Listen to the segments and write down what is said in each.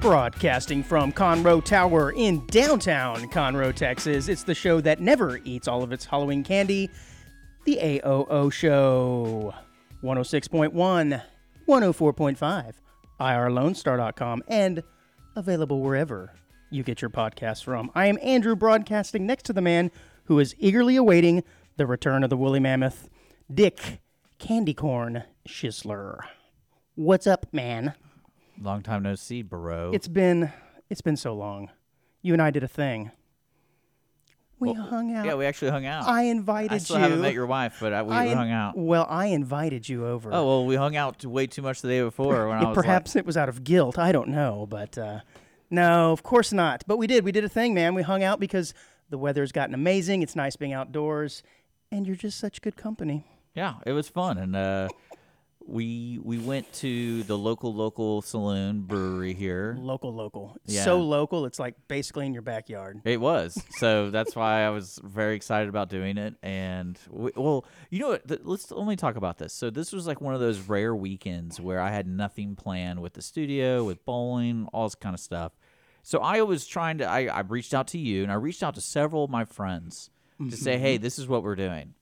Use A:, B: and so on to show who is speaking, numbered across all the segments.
A: Broadcasting from Conroe Tower in downtown Conroe, Texas, it's the show that never eats all of its Halloween candy, the AOO Show. 106.1, 104.5, irlonestar.com, and available wherever you get your podcasts from. I am Andrew, broadcasting next to the man who is eagerly awaiting the return of the woolly mammoth, Dick Candycorn Schisler. What's up, man?
B: Long time no see, bro.
A: It's been it's been so long. You and I did a thing. We hung out.
B: yeah, we actually hung out.
A: I invited
B: I still
A: you.
B: haven't met your wife, but I, we
A: I in-
B: hung out.
A: Well, I invited you over.
B: Oh well, we hung out way too much the day before when I was
A: Perhaps it was out of guilt. I don't know, but uh, no, of course not. But we did. We did a thing, man. We hung out because the weather's gotten amazing. It's nice being outdoors, and you're just such good company.
B: like, yeah, it was fun, and uh, we we went to the local local saloon brewery here.
A: Local, local. It's
B: Yeah.
A: So local. It's like basically in your backyard.
B: It was so that's why I was very excited about doing it, and we, well, you know what? Th- let's only talk about this. So this was like one of those rare weekends where I had nothing planned with the studio, with bowling, all this kind of stuff. So I was trying to. I, I reached out to you, and I reached out to several of my friends
A: Mm-hmm,
B: to say, "Hey, this is what we're doing.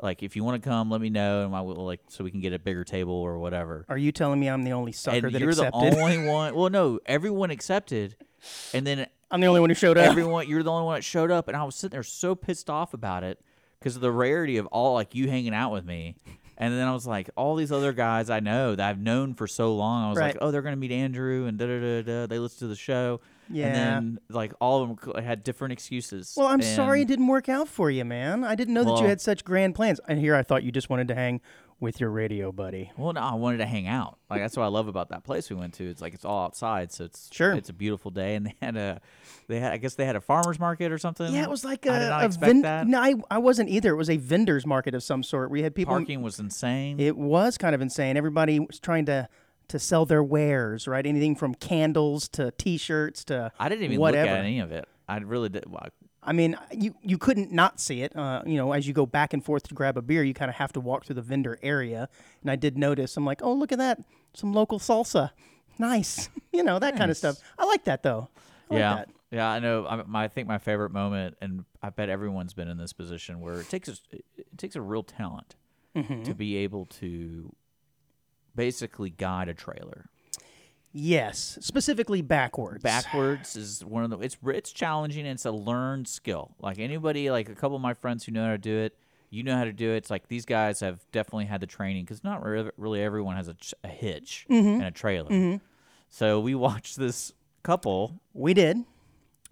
B: Like, if you want to come, let me know, and I will like so we can get a bigger table or whatever."
A: Are you telling me I'm the only sucker
B: And
A: that
B: you're
A: accepted?
B: the only one. Well, no, everyone accepted, and then
A: I'm the only one who showed up.
B: everyone you're the only one that showed up and i was sitting there so pissed off about it because of the rarity of all like you hanging out with me and then i was like all these other guys i know that i've known for so long i was like
A: Right.
B: oh they're gonna meet andrew and da da da da they listen to the show
A: Yeah.
B: and then like all of them had different excuses
A: Well, I'm
B: And-
A: sorry it didn't work out for you, man. I didn't know that you
B: Well-
A: had such grand plans. And here I thought you just wanted to hang with your radio buddy.
B: well no i wanted to hang out like that's what i love about that place we went to it's like it's all outside so it's
A: Sure.
B: it's a beautiful day and they had a they had i guess they had a farmers market or something
A: Yeah, it was like
B: I did
A: a,
B: not
A: a
B: expect
A: vend-
B: that
A: No, I, I wasn't either. It was a vendors market of some sort. We had people.
B: parking was insane
A: It was kind of insane. Everybody was trying to to sell their wares, right? Anything from candles to T-shirts to
B: I didn't even
A: whatever.
B: look at any of it. I really did. Well,
A: I mean, you you couldn't not see it. Uh, you know, as you go back and forth to grab a beer, you kind of have to walk through the vendor area. And I did notice. I'm like, oh, look at that, some local salsa, nice. you know, that kind of stuff. I like that though. I like
B: yeah,
A: that.
B: yeah. I know. I, my, I think my favorite moment, and I bet everyone's been in this position where it takes a, it takes a real talent
A: Mm-hmm.
B: to be able to basically guide a trailer.
A: Yes, specifically backwards.
B: Backwards is one of the. It's it's challenging. and It's a learned skill. Like anybody, like a couple of my friends who know how to do it. You know how to do it. It's like these guys have definitely had the training because not re- really everyone has a, ch- a hitch
A: Mm-hmm.
B: and a trailer. So we watched this couple
A: We did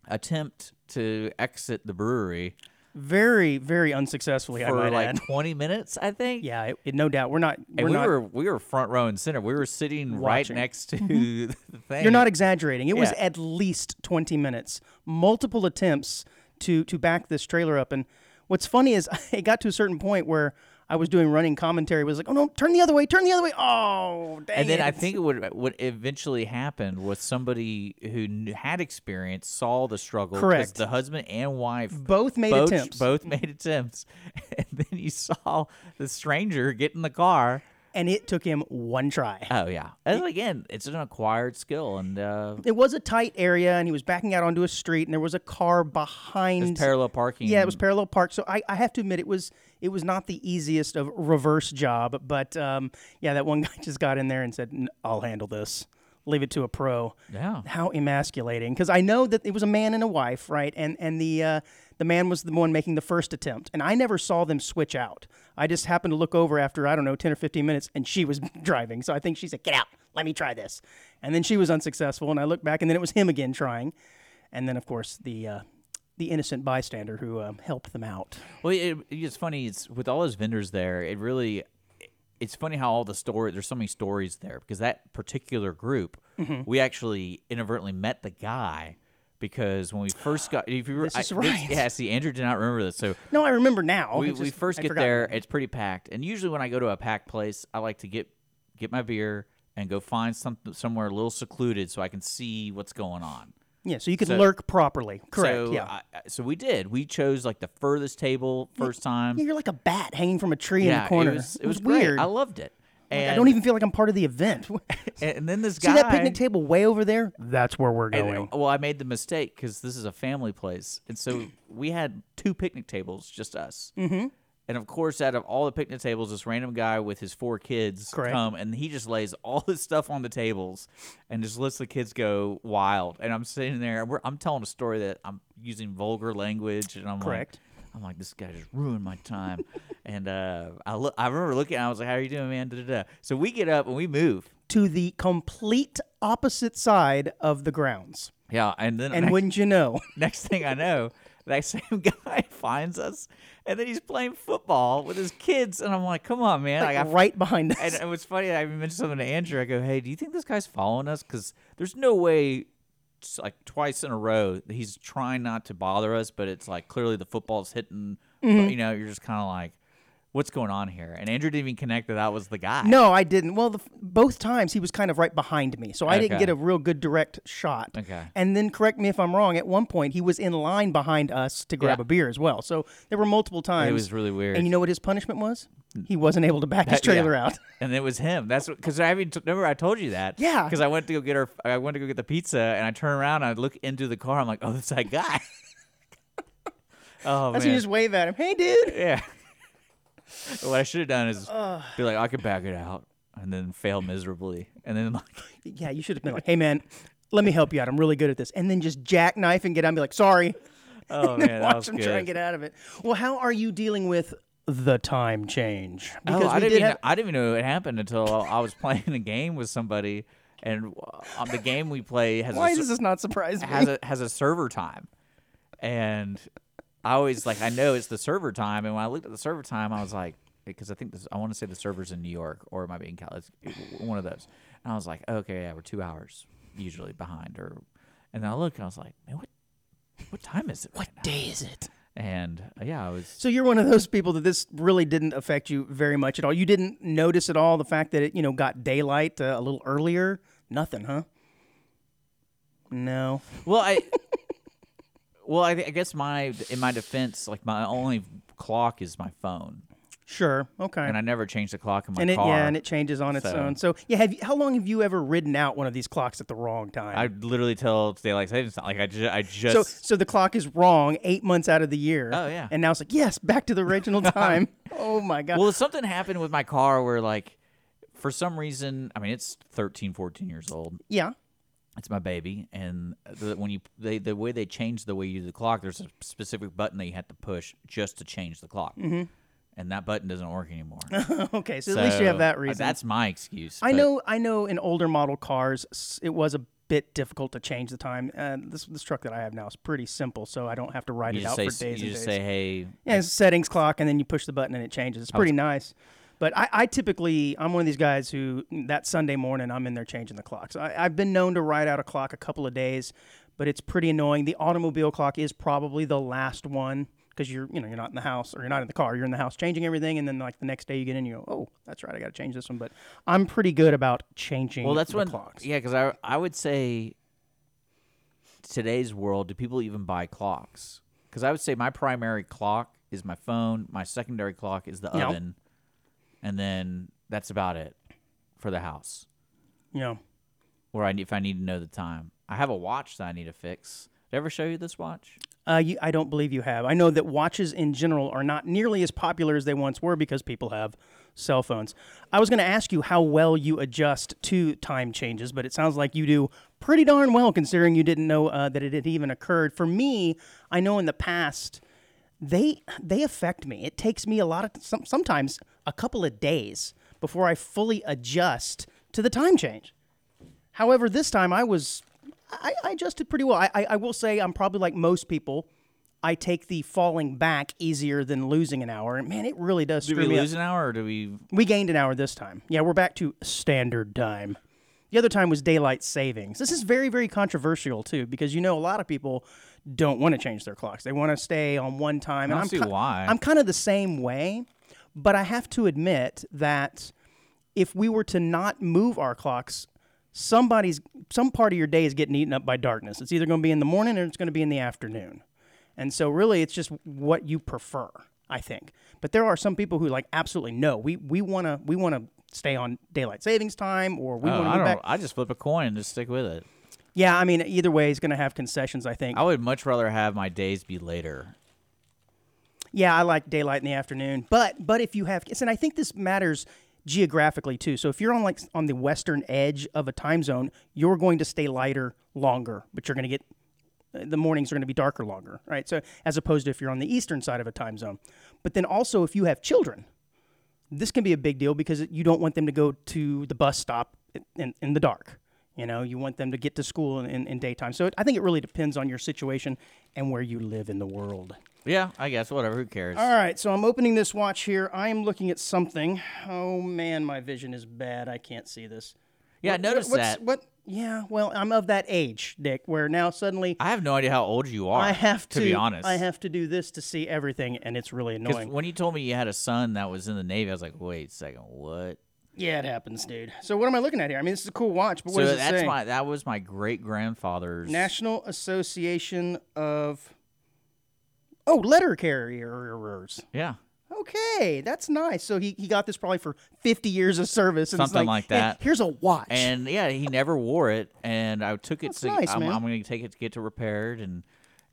B: attempt to exit the brewery
A: very, very unsuccessfully. I
B: for
A: might
B: like
A: add.
B: 20 minutes, I think.
A: Yeah, it, it- no doubt. We're not.
B: And
A: We're
B: we
A: not.
B: were we were front row and center. We were sitting
A: Watching. Mm-hmm.
B: right next to the thing.
A: You're not exaggerating. It was
B: Yeah.
A: at least 20 minutes, multiple attempts to to back this trailer up. And what's funny is it got to a certain point where I was doing running commentary. It was like, oh no, turn the other way, turn the other way. Oh, dang
B: and then I
A: it.
B: think what what eventually happened was somebody who kn- had experience saw the struggle. 'cause
A: Correct.
B: The husband and wife
A: both made
B: both,
A: attempts.
B: both made attempts, and then you saw the stranger get in the car.
A: and it took him one try.
B: Oh yeah, and again, it's an acquired skill, and uh,
A: It was a tight area, and he was backing out onto a street, and there was a car behind.
B: parallel parking.
A: Yeah, it was parallel park. So I, I have to admit, it was it was not the easiest of reverse job, but um, yeah, that one guy just got in there and said, "N- "I'll handle this. Leave it to a pro."
B: Yeah.
A: How emasculating! Because I know that it was a man and a wife, right? And and the uh, the man was the one making the first attempt, and I never saw them switch out. I just happened to look over after I don't know ten or fifteen minutes, and she was driving. So I think she said, "Get out, let me try this," and then she was unsuccessful, and I looked back, and then it was him again trying. and then of course the uh, the innocent bystander who um, helped them out.
B: Well, it, it's funny. It's with all those vendors there. It really, it's funny how all the story. There's so many stories there because that particular group,
A: Mm-hmm.
B: we actually inadvertently met the guy because when we first got, if you were,
A: This is
B: I-
A: right.
B: yeah. See, Andrew did not remember this, so
A: No, I remember now.
B: we,
A: It's
B: we
A: just-
B: first
A: I
B: get
A: forgot.
B: there it's pretty packed and usually when i go to a packed place i like to get get my beer and go find some, somewhere a little secluded so i can see what's going on
A: Yeah, so you can
B: So-
A: lurk properly. Correct.
B: so, uh,
A: yeah.
B: I- I- so we did we chose like the furthest table first time
A: Yeah, you're like a bat hanging from a tree in
B: yeah
A: the corner.
B: it was, it was great.
A: weird.
B: i loved it and,
A: I don't even feel like I'm part of the event.
B: and then this guy
A: See that picnic table way over there? That's where we're
B: And,
A: going.
B: well, I made the mistake because this is a family place, and so we had two picnic tables, just us. Mm-hmm. And of course, out of all the picnic tables, this random guy with his four kids
A: Correct.
B: come, and he just lays all this stuff on the tables, and just lets the kids go wild. And I'm sitting there, and we're, I'm telling a story that I'm using vulgar language, and I'm
A: Correct.
B: like. I'm like, this guy just ruined my time, and uh, I look. I remember looking. I was like, "How are you doing, man?" Da, da, da. So we get up and we move.
A: to the complete opposite side of the grounds.
B: Yeah, and then
A: And wouldn't you know,
B: Next thing I know, that same guy finds us, and then he's playing football with his kids, and I'm like, "Come on, man!" Like, I,
A: right behind us.
B: and it was funny. I mentioned something to Andrew. I go, "Hey, do you think this guy's following us? Because there's no way, it's like twice in a row, that he's trying not to bother us, but it's like clearly the football's hitting. But, you know, you're just kind of like." What's going on here? And Andrew didn't even connect that that was the guy.
A: no, I didn't. Well, the, f- both times he was kind of right behind me, so I didn't
B: Okay.
A: get a real good direct shot.
B: Okay.
A: And then correct me if I'm wrong. At one point, he was in line behind us to grab
B: Yeah.
A: a beer as well. So there were multiple times.
B: It was really weird.
A: And you know what his punishment was? He wasn't able to back his
B: Yeah.
A: trailer out.
B: and it was him. That's because I mean, t- remember I told you that.
A: Yeah.
B: Because I went to go get her. I went to go get the pizza, and I turn around, and I look into the car. I'm like, oh, it's that guy. oh
A: That's when
B: man.
A: you just wave at him. Hey, dude.
B: yeah. what I should have done is be like, I could back it out, and then fail miserably, and then like,
A: Yeah, you should have been like, hey, man, let me help you out. I'm really good at this. And then just jackknife and get out and be like, sorry.
B: oh man, that
A: Watch
B: was
A: them
B: good.
A: try and get out of it. Well, how are you dealing with the time change?
B: Oh, I didn't
A: we did
B: even,
A: have-
B: I didn't even know it happened until I was playing a game with somebody, and uh, the game we play has a
A: why
B: cer-
A: does this not surprise me?
B: has a has a server time, and I always like I know it's the server time, and when I looked at the server time, I was like, because I think this I want to say the server's in New York or it might be in Cal, it's one of those, and I was like, okay, yeah, we're two hours usually behind, or and then I looked and I was like, man, what what time is it? What?
A: day is it?
B: And uh, yeah, I was
A: So you're one of those people that this really didn't affect you very much at all. You didn't notice at all the fact that it, you know, got daylight uh, a little earlier. Nothing, huh? No.
B: Well, I well, I, I guess my in my defense, like my only clock is my phone,
A: Sure. Okay.
B: and I never change the clock in my
A: And it
B: car.
A: yeah, and it changes on its
B: So-
A: own. So yeah, have you, how long have you ever ridden out one of these clocks at the wrong time?
B: I literally till daylight savings time. Like I just, I just
A: so so the clock is wrong eight months out of the year.
B: Oh, yeah.
A: And now it's like yes, back to the original time. oh my god.
B: well something happened with my car where like for some reason i mean it's 13 14 years old
A: yeah.
B: it's my baby and the, when you they the way they change the way you do the clock there's a specific button that you have to push just to change the clock mm-hmm. and that button doesn't work anymore
A: Okay, so, at least you have
B: So,
A: that
B: uh,
A: reason.
B: that's my excuse
A: I
B: but-
A: know. I know. In older model cars, s- it was a bit difficult to change the time. Uh, this this truck that I have now is pretty simple, so I don't have to write
B: you
A: it
B: just,
A: out
B: say,
A: for days
B: you
A: and
B: just
A: days.
B: say hey
A: yeah, it's a settings clock, and then you push the button and it changes. It's pretty nice. But I, I typically, I'm one of these guys who that Sunday morning I'm in there changing the clocks. I, I've been known to ride out a clock a couple of days, but it's pretty annoying. The automobile clock is probably the last one because you're, you know, you're not in the house or you're not in the car. You're in the house changing everything, and then like the next day you get in, and you go, oh, that's right, I got to change this one. But I'm pretty good about changing.
B: well that's
A: the
B: when
A: clocks.
B: yeah because I, I would say today's world do people even buy clocks because i would say my primary clock is my phone my secondary clock is the
A: No.
B: oven and then that's about it for the house
A: You know,
B: where i need if i need to know the time i have a watch that i need to fix did i ever show you this watch
A: Uh, you, I don't believe you have. I know that watches in general are not nearly as popular as they once were because people have cell phones. I was going to ask you how well you adjust to time changes, but it sounds like you do pretty darn well considering you didn't know uh, that it had even occurred. For me, I know in the past they they affect me. It takes me a lot of some, sometimes a couple of days before I fully adjust to the time change. However, this time I was I, I just did pretty well. I, I, I will say I'm probably like most people. I take the falling back easier than losing an hour, and man, it really does
B: Did
A: screw
B: we
A: me up.
B: lose an hour or do we?
A: We gained an hour this time. Yeah, we're back to standard time. The other time was daylight savings. This is very, very controversial too, because you know a lot of people don't want to change their clocks. They want to stay on one time. And
B: I don't
A: I'm
B: see
A: ki-
B: why.
A: I'm kind of the same way, but I have to admit that if we were to not move our clocks, somebody's some part of your day is getting eaten up by darkness. It's either going to be in the morning or it's going to be in the afternoon. And so really it's just what you prefer, I think. But there are some people who like absolutely no. We we want to we want to stay on daylight savings time or we
B: Oh,
A: want
B: I
A: to
B: don't.
A: back.
B: I just flip a coin and just stick with it.
A: Yeah, I mean either way is going to have concessions, I think.
B: I would much rather have my days be later.
A: Yeah, I like daylight in the afternoon, but but if you have kids, and I think this matters geographically too. So if you're on like on the western edge of a time zone, you're going to stay lighter longer, but you're going to get the mornings are going to be darker longer, right? So as opposed to if you're on the eastern side of a time zone, but then also if you have children, this can be a big deal because you don't want them to go to the bus stop in, in, in the dark. You know, you want them to get to school in, in, in daytime. So it, I think it really depends on your situation and where you live in the world.
B: Yeah, I guess whatever. Who cares?
A: All right, so I'm opening this watch here. I am looking at something. Oh man, my vision is bad. I can't see this.
B: yeah,
A: What-
B: notice
A: what- what's-
B: that.
A: What? Yeah. Well, I'm of that age, Dick, where now suddenly
B: I have no idea how old you are.
A: I have to,
B: be honest.
A: I have to do this to see everything, and it's really
B: 'Cause
A: annoying.
B: when you told me you had a son that was in the Navy, I was like, wait a second, what?
A: Yeah, it happens, dude. So what am I looking at here? I mean, this is a cool watch, but what
B: so
A: does it
B: that's
A: say?
B: my that was my great grandfather's.
A: National Association of Oh, letter carriers.
B: yeah,
A: Okay, that's nice. So he, he got this probably for 50 years of service. And it's
B: Something like
A: "Hey,
B: that.
A: here's a watch.
B: and yeah, he never wore it, and I took it
A: That's
B: to.
A: nice,
B: I'm,
A: man.
B: I'm going to take it to get it repaired, and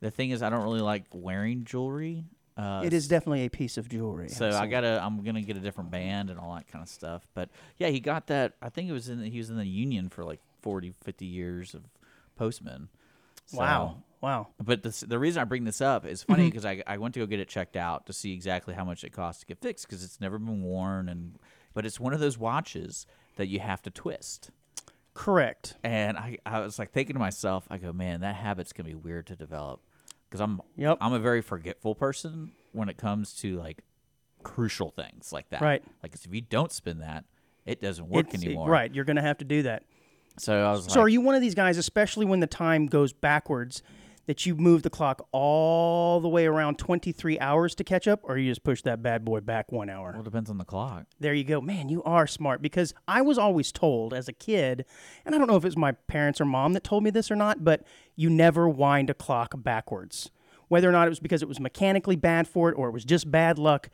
B: the thing is, I don't really like wearing jewelry. Uh,
A: It is definitely a piece of jewelry.
B: so I gotta, I'm gonna get a different band and all that kind of stuff. But yeah, he got that. I think it was in. He was in the Union for like 40, 50 years of postman. So-
A: wow, wow.
B: But this, the reason I bring this up is funny
A: Mm-hmm.
B: because I, I went to go get it checked out to see exactly how much it costs to get fixed because it's never been worn and but it's one of those watches that you have to twist.
A: Correct.
B: And I, I was like thinking to myself, I go, man, that habit's gonna be weird to develop because I'm
A: Yep.
B: I'm a very forgetful person when it comes to like crucial things like that.
A: Right.
B: Like if you don't spin that, it doesn't work
A: It's-
B: anymore.
A: Right, you're going to have to do that.
B: So I was
A: So
B: like,
A: are you one of these guys, especially when the time goes backwards, that you move the clock all the way around 23 hours to catch up, or you just push that bad boy back one hour?
B: well, it depends on the clock.
A: There you go. Man, you are smart because I was always told as a kid, and I don't know if it was my parents or mom that told me this or not, but you never wind a clock backwards. Whether or not it was because it was mechanically bad for it or it was just bad luck,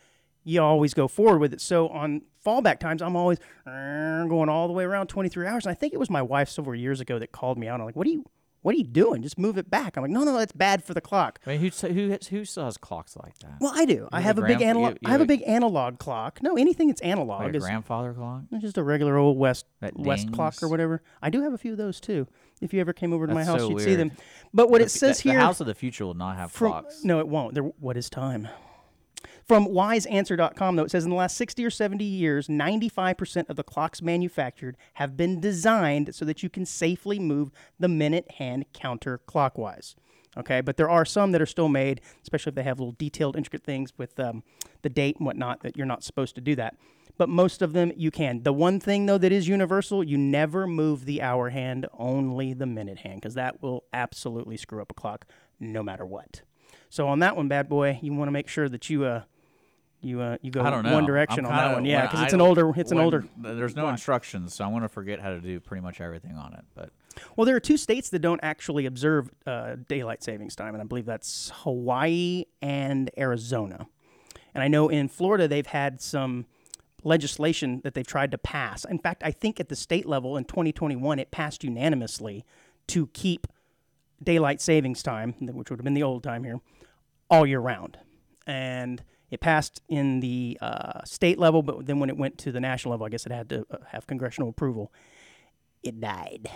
A: you always go forward with it. So on fallback times, I'm always "Er," going all the way around 23 hours. And I think it was my wife several years ago that called me out. I'm like, what are you, what are you doing? Just move it back. I'm like, no, no, that's bad for the clock.
B: I mean, who who who still has clocks like that?
A: Well, I do. I have a
B: a
A: big
B: grandf-
A: analog.
B: you-
A: I have a
B: you-
A: big analog clock. No, anything that's
B: Like
A: analog
B: a
A: is
B: grandfather clock.
A: it's just a regular old West
B: That
A: West clock or
B: dings.
A: whatever. I do have a few of those too. If you ever came over to my
B: That's
A: house,
B: so
A: you'd see
B: weird.
A: them. But what it
B: The-
A: says
B: the
A: here
B: House of the Future will not have
A: from
B: clocks.
A: no, it won't. There, what is time? From wiseanswer.com, though, it says in the last 60 or 70 years, 95% of the clocks manufactured have been designed so that you can safely move the minute hand counter clockwise. Okay, but there are some that are still made, especially if they have little detailed, intricate things with um, the date and whatnot, that you're not supposed to do that. But most of them you can. The one thing, though, that is universal, you never move the hour hand, only the minute hand, because that will absolutely screw up a clock no matter what. So on that one, bad boy, you want to make sure that you uh you uh you go
B: I don't know.
A: one direction
B: I'm
A: on that
B: kinda-
A: one, yeah,
B: when
A: because
B: I
A: it's an
B: don't-
A: older it's an
B: when-
A: older.
B: There's no instructions, so I'm gonna forget how to do pretty much everything on it. But
A: Well, there are two states that don't actually observe uh, daylight savings time, and I believe that's Hawaii and Arizona. And I know in Florida they've had some legislation that they've tried to pass. In fact, I think at the state level in 2021 it passed unanimously to keep daylight savings time, which would have been the old time here, all year round. And it passed in the uh, state level, but then when it went to the national level, I guess it had to uh, have congressional approval. It died.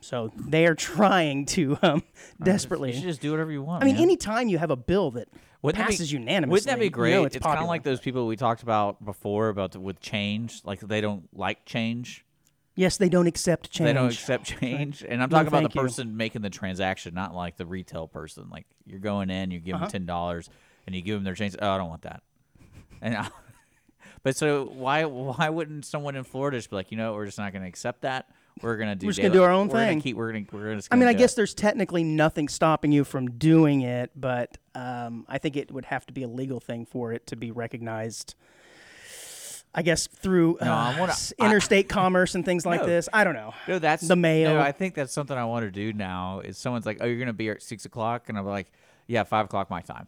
A: So they are trying to um, desperately.
B: you should just do whatever you want.
A: I mean,
B: man.
A: anytime you have a bill that
B: Wouldn't that be-
A: passes unanimously,
B: Wouldn't that be
A: you
B: great?
A: know
B: it's
A: it's
B: kind of
A: popular.
B: like those people we talked about before about the, with change, like they don't like change.
A: Yes, they don't accept change.
B: They don't accept change. And I'm
A: No,
B: talking about
A: thank
B: the
A: you.
B: person making the transaction, not like the retail person. Like you're going in, you
A: Uh-huh.
B: give them $10 and you give them their change. Oh, I don't want that. And I, but so why why wouldn't someone in Florida just be like, you know, we're just not going to accept that. We're going to do
A: We're just gonna
B: daylight-
A: do our own
B: we're gonna
A: thing."
B: keep we're going to we're going to
A: I mean, I guess there's technically nothing stopping you from doing it, but um, I think it would have to be a legal thing for it to be recognized. I guess through uh,
B: I wanna-
A: s- interstate commerce and things like
B: No.
A: this. I don't know.
B: No, that's
A: The mail.
B: No, I think that's something I want to do now. Is someone's like, "Oh, you're gonna be here at six o'clock," and I'm like, "Yeah, five o'clock my time."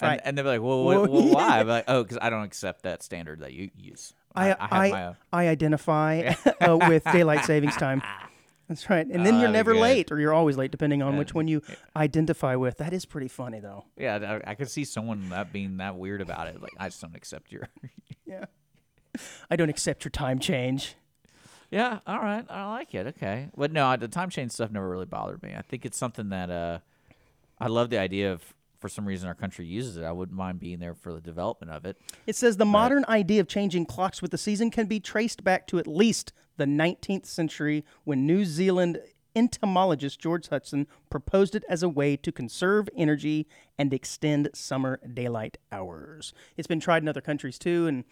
B: And,
A: Right.
B: and they're like, "Well,
A: Well,
B: what, well
A: yeah.
B: why?" I'm like, "Oh, because I don't accept that standard that you use.
A: I
B: have my
A: I,
B: own."
A: I identify uh, with daylight savings time. That's right. And then
B: Oh,
A: you're
B: that'd be
A: never
B: good.
A: late, or you're always late, depending on which one you identify with. That is pretty funny, though.
B: Yeah, I, I could see someone that being that weird about it. Like, I just don't accept your.
A: Yeah. I don't accept your time change.
B: yeah, all right, I like it. Okay, but no, I- the time change stuff never really bothered me. I think it's something that uh, I love the idea of. For some reason, our country uses it. I wouldn't mind being there for the development of it.
A: It says the modern idea of changing clocks with the season can be traced back to at least the 19th century when New Zealand entomologist George Hudson proposed it as a way to conserve energy and extend summer daylight hours. It's been tried in other countries too, and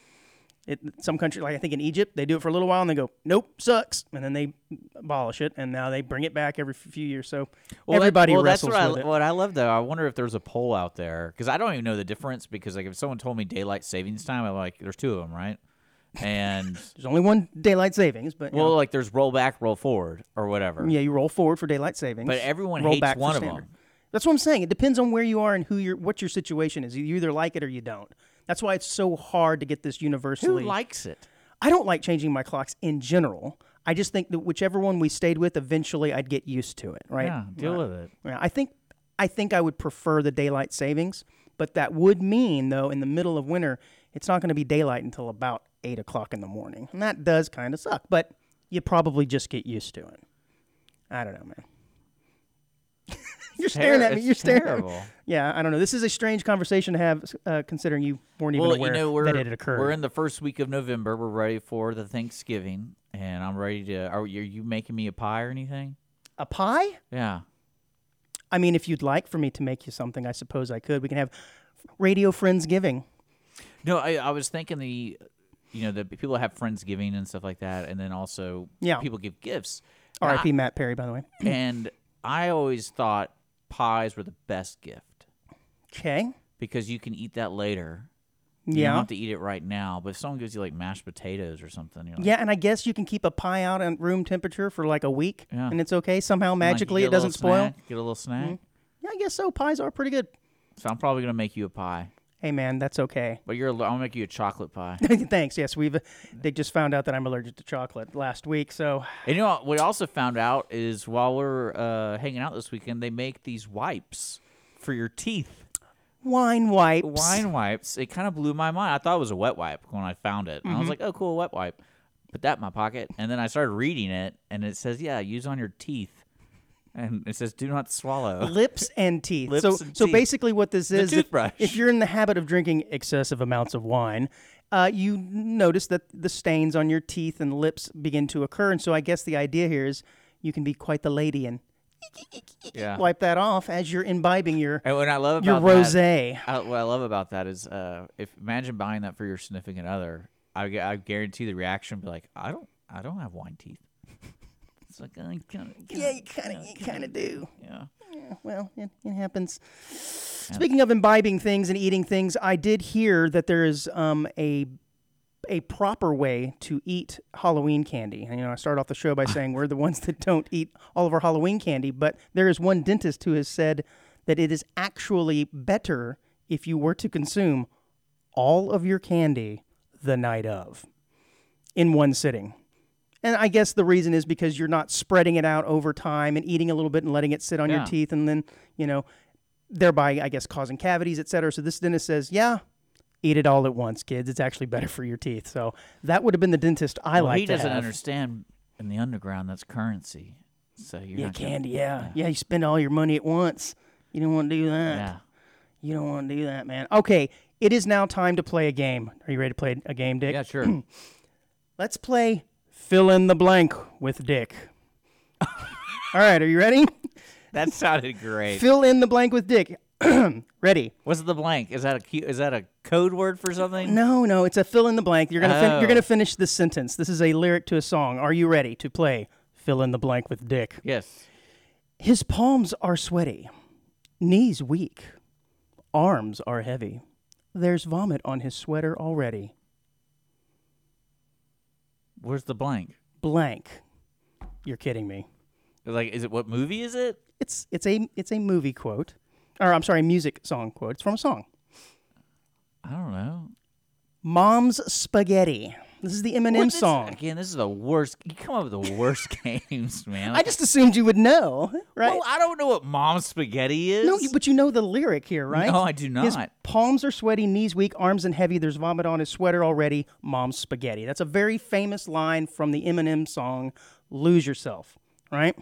A: it, some countries, like I think in Egypt, they do it for a little while and they go, nope, sucks. And then they abolish it, and now they bring it back every few years. So
B: Well, that-
A: everybody
B: well,
A: wrestles
B: that's what
A: with
B: I,
A: it.
B: What I love though, I wonder if there's a poll out there because I don't even know the difference. Because like if someone told me daylight savings time, I'm like, there's two of them, right? And
A: There's only one daylight savings, but you know,
B: well, like there's roll back, roll forward, or whatever.
A: Yeah, you roll forward for daylight savings.
B: But everyone
A: roll
B: hates
A: back for
B: one of
A: standard.
B: them.
A: That's what I'm saying. It depends on where you are and who your what your situation is. You either like it or you don't. That's why it's so hard to get this
B: Who
A: universally.
B: likes it?
A: I don't like changing my clocks in general. I just think that whichever one we stayed with, eventually I'd get used to it. Right?
B: Yeah, deal with it.
A: Yeah, I think I think I would prefer the daylight savings, but that would mean though in the middle of winter, it's not going to be daylight until about eight o'clock in the morning, and that does kind of suck. But you probably just get used to it. I don't know, man. You're staring at me.
B: It's
A: You're staring. at me.
B: terrible.
A: Yeah, I don't know. This is a strange conversation to have, uh, considering you weren't even
B: Well,
A: aware
B: you know we're
A: that it had occurred.
B: we're in the first week of November. We're ready for the Thanksgiving, and I'm ready to. Are, you- are you making me a pie or anything?
A: a pie?
B: Yeah.
A: I mean, if you'd like for me to make you something, I suppose I could. We can have radio friends giving.
B: No, I, I was thinking the, you know, the people have friendsgiving and stuff like that, and then also
A: Yeah.
B: people give gifts. And
A: R.I.P. Matt Perry, by the way.
B: I- and I always thought pies were the best gift
A: Okay.
B: because you can eat that later. You
A: Yeah.
B: don't have to eat it right now. But if someone gives you like mashed potatoes or something, you're like,
A: Yeah, and I guess you can keep a pie out at room temperature for like a week,
B: Yeah.
A: and it's okay. Somehow,
B: like, you
A: magically,
B: get
A: it
B: a little
A: doesn't spoil. Mm-hmm.
B: snack, get a little snack.
A: Yeah, I guess so. Pies are pretty good.
B: So I'm probably gonna make you a pie,
A: Hey, man, that's okay.
B: but you're. i am gonna make you a chocolate pie.
A: Thanks. Yes, we've. They just found out that I'm allergic to chocolate last week, so
B: and you know what? We also found out is while we're uh, hanging out this weekend, they make these wipes for your teeth.
A: wine wipes.
B: wine wipes, it kind of blew my mind. I thought it was a wet wipe when I found it. And
A: Mm-hmm.
B: I was like, oh, cool, wet wipe. Put that in my pocket. And then I started reading it, and it says, yeah, use on your teeth. And it says, do not swallow.
A: Lips and teeth.
B: Lips
A: so,
B: and
A: so
B: teeth.
A: basically, what this is, if-
B: toothbrush.
A: If, you're in the habit of drinking excessive amounts of wine, uh, you notice that the stains on your teeth and lips begin to occur, and so I guess the idea here is you can be quite the lady and
B: yeah.
A: wipe that off as you're imbibing your
B: And what I love
A: your
B: about
A: rose.
B: that, I, what I love about that is, uh, if imagine buying that for your significant other, I, gu- I guarantee the reaction would be like, I don't, I don't have wine teeth. It's like, I kind of,
A: Yeah, you kind of you kind of do.
B: yeah.
A: Yeah, well, it, it happens. Speaking of imbibing things and eating things, I did hear that there is um, a a proper way to eat Halloween candy. And, you know, I start off the show by saying we're the ones that don't eat all of our Halloween candy, but there is one dentist who has said that it is actually better if you were to consume all of your candy the night of in one sitting. And I guess the reason is because you're not spreading it out over time and eating a little bit and letting it sit on
B: Yeah.
A: your teeth and then, you know, thereby, I guess, causing cavities, et cetera. So this dentist says, yeah, eat it all at once, kids. It's actually better for your teeth. So that would have been the dentist I
B: Well,
A: like
B: he
A: to
B: doesn't
A: have.
B: understand in the underground that's currency. So you're
A: Yeah,
B: not gonna-
A: candy, yeah. yeah. you spend all your money at once. You don't want to do that.
B: yeah.
A: You don't want to do that, man. Okay, it is now time to play a game. Are you ready to play a game, Dick?
B: Yeah, sure.
A: Let's play Fill in the blank with dick. All right, are you ready?
B: That sounded great.
A: Fill in the blank with dick. ready?
B: What's the blank? Is that a cu- is that a code word for something?
A: No, no, it's a fill in the blank. You're gonna fin-
B: Oh.
A: you're gonna finish this sentence. This is a lyric to a song. Are you ready to play fill in the blank with dick?
B: Yes.
A: His palms are sweaty, knees weak, arms are heavy. There's vomit on his sweater already.
B: Where's the blank?
A: Blank. You're kidding me.
B: Like, is it what movie is it?
A: It's it's a it's a movie quote, or I'm sorry, music song quote. It's from a song.
B: I don't know.
A: Mom's spaghetti. This is the Eminem
B: What, this-
A: song.
B: Again, this is the worst. You come up with the worst games, man.
A: I just assumed you would know, right?
B: Well, I don't know what mom spaghetti is.
A: No, you- but you know the lyric here, right?
B: No, I do
A: His
B: not.
A: palms are sweaty, knees weak, arms and heavy. There's vomit on his sweater already. Mom's spaghetti. That's a very famous line from the Eminem song "Lose Yourself," right?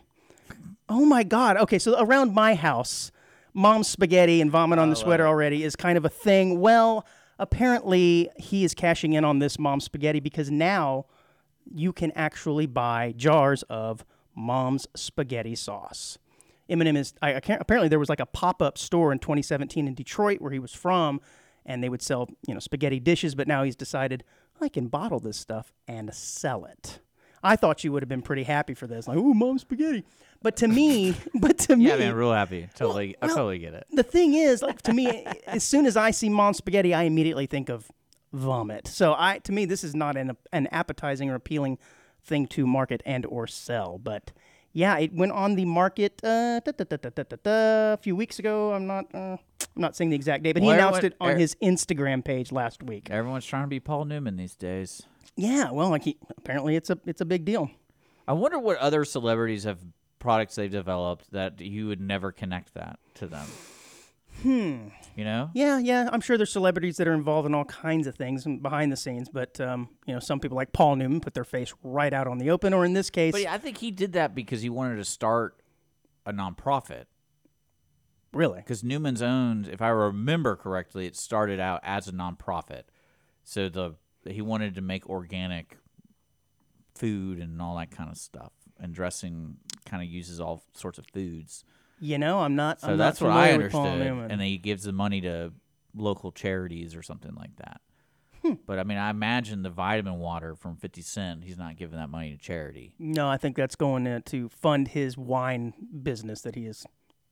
A: Oh my God. Okay, so around my house, mom's spaghetti and vomit on the sweater already is kind of a thing. Well, apparently he is cashing in on this mom's spaghetti because now you can actually buy jars of mom's spaghetti sauce. Eminem is I, I can't, apparently there was like a pop-up store in 2017 in Detroit where he was from, and they would sell you know spaghetti dishes. But now he's decided I can bottle this stuff and sell it. I thought you would have been pretty happy for this, like ooh, mom spaghetti. But to me, but to me,
B: yeah, man, real happy. Totally, I totally get it.
A: the thing is, like to me, as soon as I see mom spaghetti, I immediately think of vomit. So I, to me, this is not an an appetizing or appealing thing to market and or sell. But yeah, it went on the market uh, da, da, da, da, da, da, da, a few weeks ago. I'm not uh, I'm not saying the exact date, but he
B: Well,
A: announced
B: everyone-
A: it on
B: er-
A: his Instagram page last week.
B: Everyone's trying to be Paul Newman these days.
A: Yeah, well, like he, apparently it's a it's a big deal.
B: I wonder what other celebrities have products they've developed that you would never connect that to them. Hmm. You know?
A: Yeah, yeah. I'm sure there's celebrities that are involved in all kinds of things and behind the scenes, but um, you know, some people like Paul Newman put their face right out on the open, or in this case,
B: But yeah, I think he did that because he wanted to start a nonprofit.
A: really.
B: Because Newman's owned, if I remember correctly, it started out as a nonprofit. So the he wanted to make organic food and all that kind of stuff. And dressing kind of uses all sorts of foods.
A: You know, I'm not.
B: So
A: I'm
B: that's
A: not
B: what I
A: familiar with Paul
B: understood.
A: Newman.
B: And he gives the money to local charities or something like that.
A: Hmm.
B: But I mean, I imagine the vitamin water from 50 Cent, he's not giving that money to charity.
A: no, I think that's going to, to fund his wine business that he is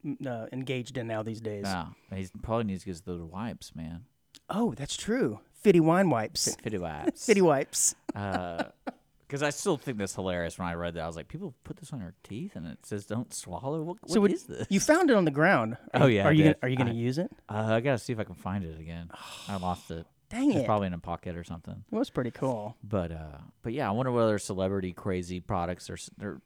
A: mm, uh, engaged in now these days.
B: No, he probably needs to give those wipes, man.
A: Oh, that's true. Fitty wine wipes.
B: Fitty wipes.
A: Fitty wipes.
B: Because I still think that's hilarious when I read that. I was like, people put this on their teeth and it says don't swallow? What, what
A: would-
B: is this?
A: You found it on the ground. Are
B: Oh,
A: you-
B: yeah, I
A: Are you
B: did.
A: gonna, are you going to use it?
B: Uh, I got to see if I can find it again. I lost it.
A: Dang
B: It's
A: it.
B: probably in a pocket or something.
A: It was pretty cool.
B: But uh, but yeah, I wonder what other celebrity crazy products are, s- are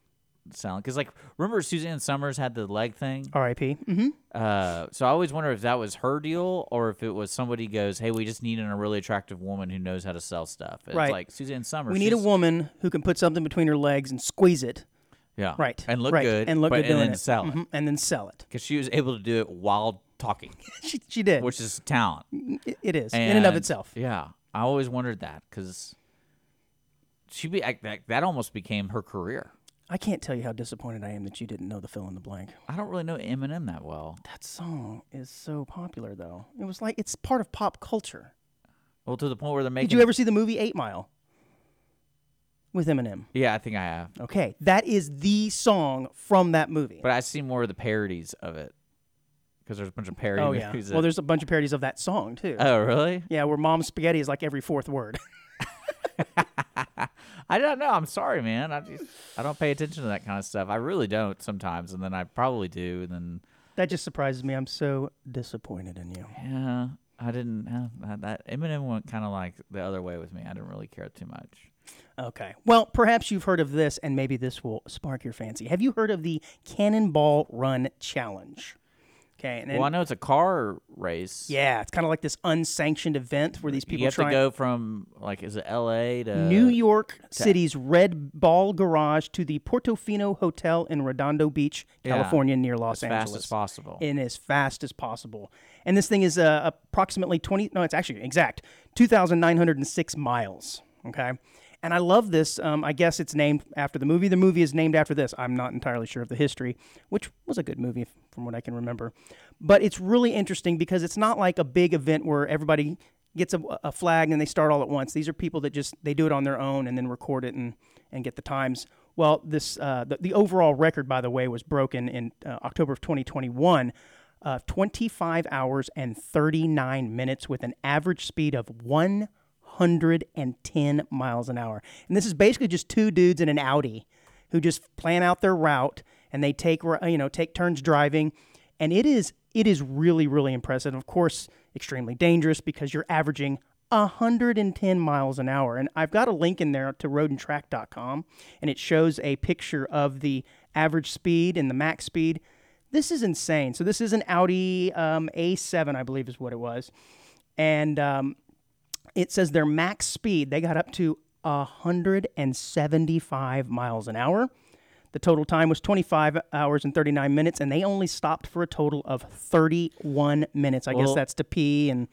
B: selling. Because like, remember Suzanne Summers had the leg thing.
A: R.I.P. Mm-hmm.
B: Uh, so I always wonder if that was her deal or if it was somebody goes, hey, we just need a really attractive woman who knows how to sell stuff. It's
A: Right.
B: Like Suzanne Summers.
A: We need a
B: she's-
A: woman who can put something between her legs and squeeze it.
B: Yeah.
A: Right.
B: And look
A: right,
B: good.
A: And look
B: but,
A: good doing
B: and then
A: it.
B: sell it
A: Mhm, And then sell it.
B: because she was able to do it while talking,
A: She, she did.
B: which is talent.
A: It- it is in and of itself.
B: Yeah, I always wondered that because she be like, that, that almost became her career.
A: I can't tell you how disappointed I am that you didn't know the fill in the blank.
B: I don't really know Eminem that well.
A: That song is so popular though. It was like it's part of pop culture.
B: Well, to the point where they're making.
A: Did you ever see the movie 8 Mile with Eminem?
B: Yeah, I think I have,
A: Okay, that is the song from that movie.
B: but I see more of the parodies of it because there's a bunch of parody
A: Oh yeah.
B: movies.
A: Well,
B: that-
A: there's a bunch of parodies of that song too.
B: oh really?
A: yeah, where mom spaghetti is like every fourth word.
B: I don't know. I'm sorry, man. I just, I don't pay attention to that kind of stuff. I really don't sometimes, and then I probably do, and then
A: that just surprises me. I'm so disappointed in you.
B: yeah, I didn't have that. that Eminem went kind of like the other way with me. I didn't really care too much.
A: Okay. Well, perhaps you've heard of this, and maybe this will spark your fancy. Have you heard of the Cannonball Run Challenge? Okay. And, then
B: Well, I know it's a car race.
A: yeah, it's kind of like this unsanctioned event where these people
B: you have
A: try
B: to go from like is it L.A. to
A: New York City's Red Ball Garage to the Portofino Hotel in Redondo Beach, California, near Los
B: as
A: Angeles.
B: fast as possible.
A: in as fast as possible. And this thing is uh, approximately 20, no, it's actually exact, 2,906 miles. Okay. And I love this. Um, I guess it's named after the movie. The movie is named after this. I'm not entirely sure of the history, which was a good movie from what I can remember. But it's really interesting because it's not like a big event where everybody gets a, a flag and they start all at once. These are people that just they do it on their own and then record it and and get the times. Well, this uh, the, the overall record, by the way, was broken in uh, October of 2021. Uh, 25 hours and 39 minutes with an average speed of 110 miles an hour. And this is basically just two dudes in an Audi who just plan out their route and they take ri- you know take turns driving and it is it is really really impressive of course extremely dangerous because you're averaging 110 miles an hour and i've got a link in there to roadandtrack.com and it shows a picture of the average speed and the max speed this is insane so this is an audi um, a7 i believe is what it was and um, it says their max speed they got up to 175 miles an hour the total time was 25 hours and 39 minutes and they only stopped for a total of 31 minutes i guess
B: Well-
A: that's to pee and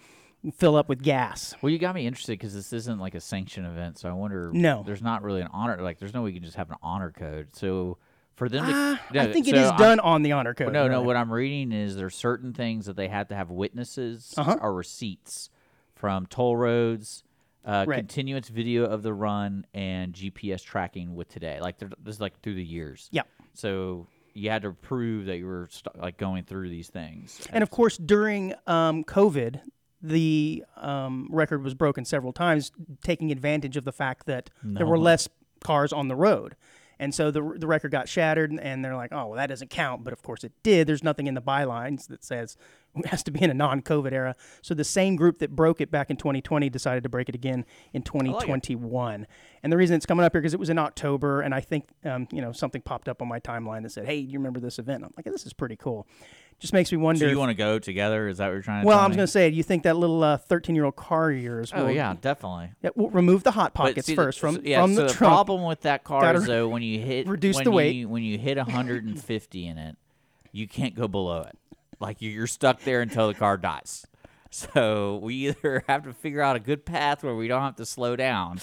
A: fill up with gas
B: Well, you got me interested because this isn't like a sanctioned event, so I wonder.
A: No.
B: there's not really an honor. Like, there's no way you can just have an honor code. So for them, to,
A: Ah, i
B: No,
A: think it
B: so
A: is
B: I'm-
A: done on the honor code
B: No, no.
A: right?
B: What I'm reading is there's certain things that they had to have witnesses
A: Uh-huh.
B: or receipts from toll roads, uh,
A: Right.
B: continuance video of the run, and GPS tracking with today. Like they're- this is like through the years.
A: Yep.
B: So you had to prove that you were st- like going through these things.
A: And of course, during um, COVID, the um, record was broken several times, taking advantage of the fact that there were less cars on the road. And so the, the record got shattered, and- and they're like, oh, well, that doesn't count. But of course, it did. There's nothing in the bylines that says it has to be in a non COVID era. So the same group that broke it back in 2020 decided to break it again in 2021. and the reason it's coming up here because it was in October, and I think, um, you know, something popped up on my timeline that said, hey, do you remember this event? I'm like, this is pretty cool. Just makes me wonder.
B: Do
A: if-
B: you want to go together? Is that what you're trying to?
A: well,
B: tell
A: I was
B: me?
A: going to say, do you think that little uh, thirteen-year-old car of yours?
B: Oh
A: will,
B: yeah, definitely.
A: yeah, we'll remove the hot
B: But
A: pockets
B: see,
A: first from
B: so- yeah,
A: from
B: so
A: the
B: the
A: trunk.
B: problem with that car
A: Gotta
B: is though when you hit
A: reduce
B: when
A: the weight.
B: you, when you hit 150 in it, you can't go below it. Like you- you're stuck there until the car dies. So we either have to figure out a good path where we don't have to slow down.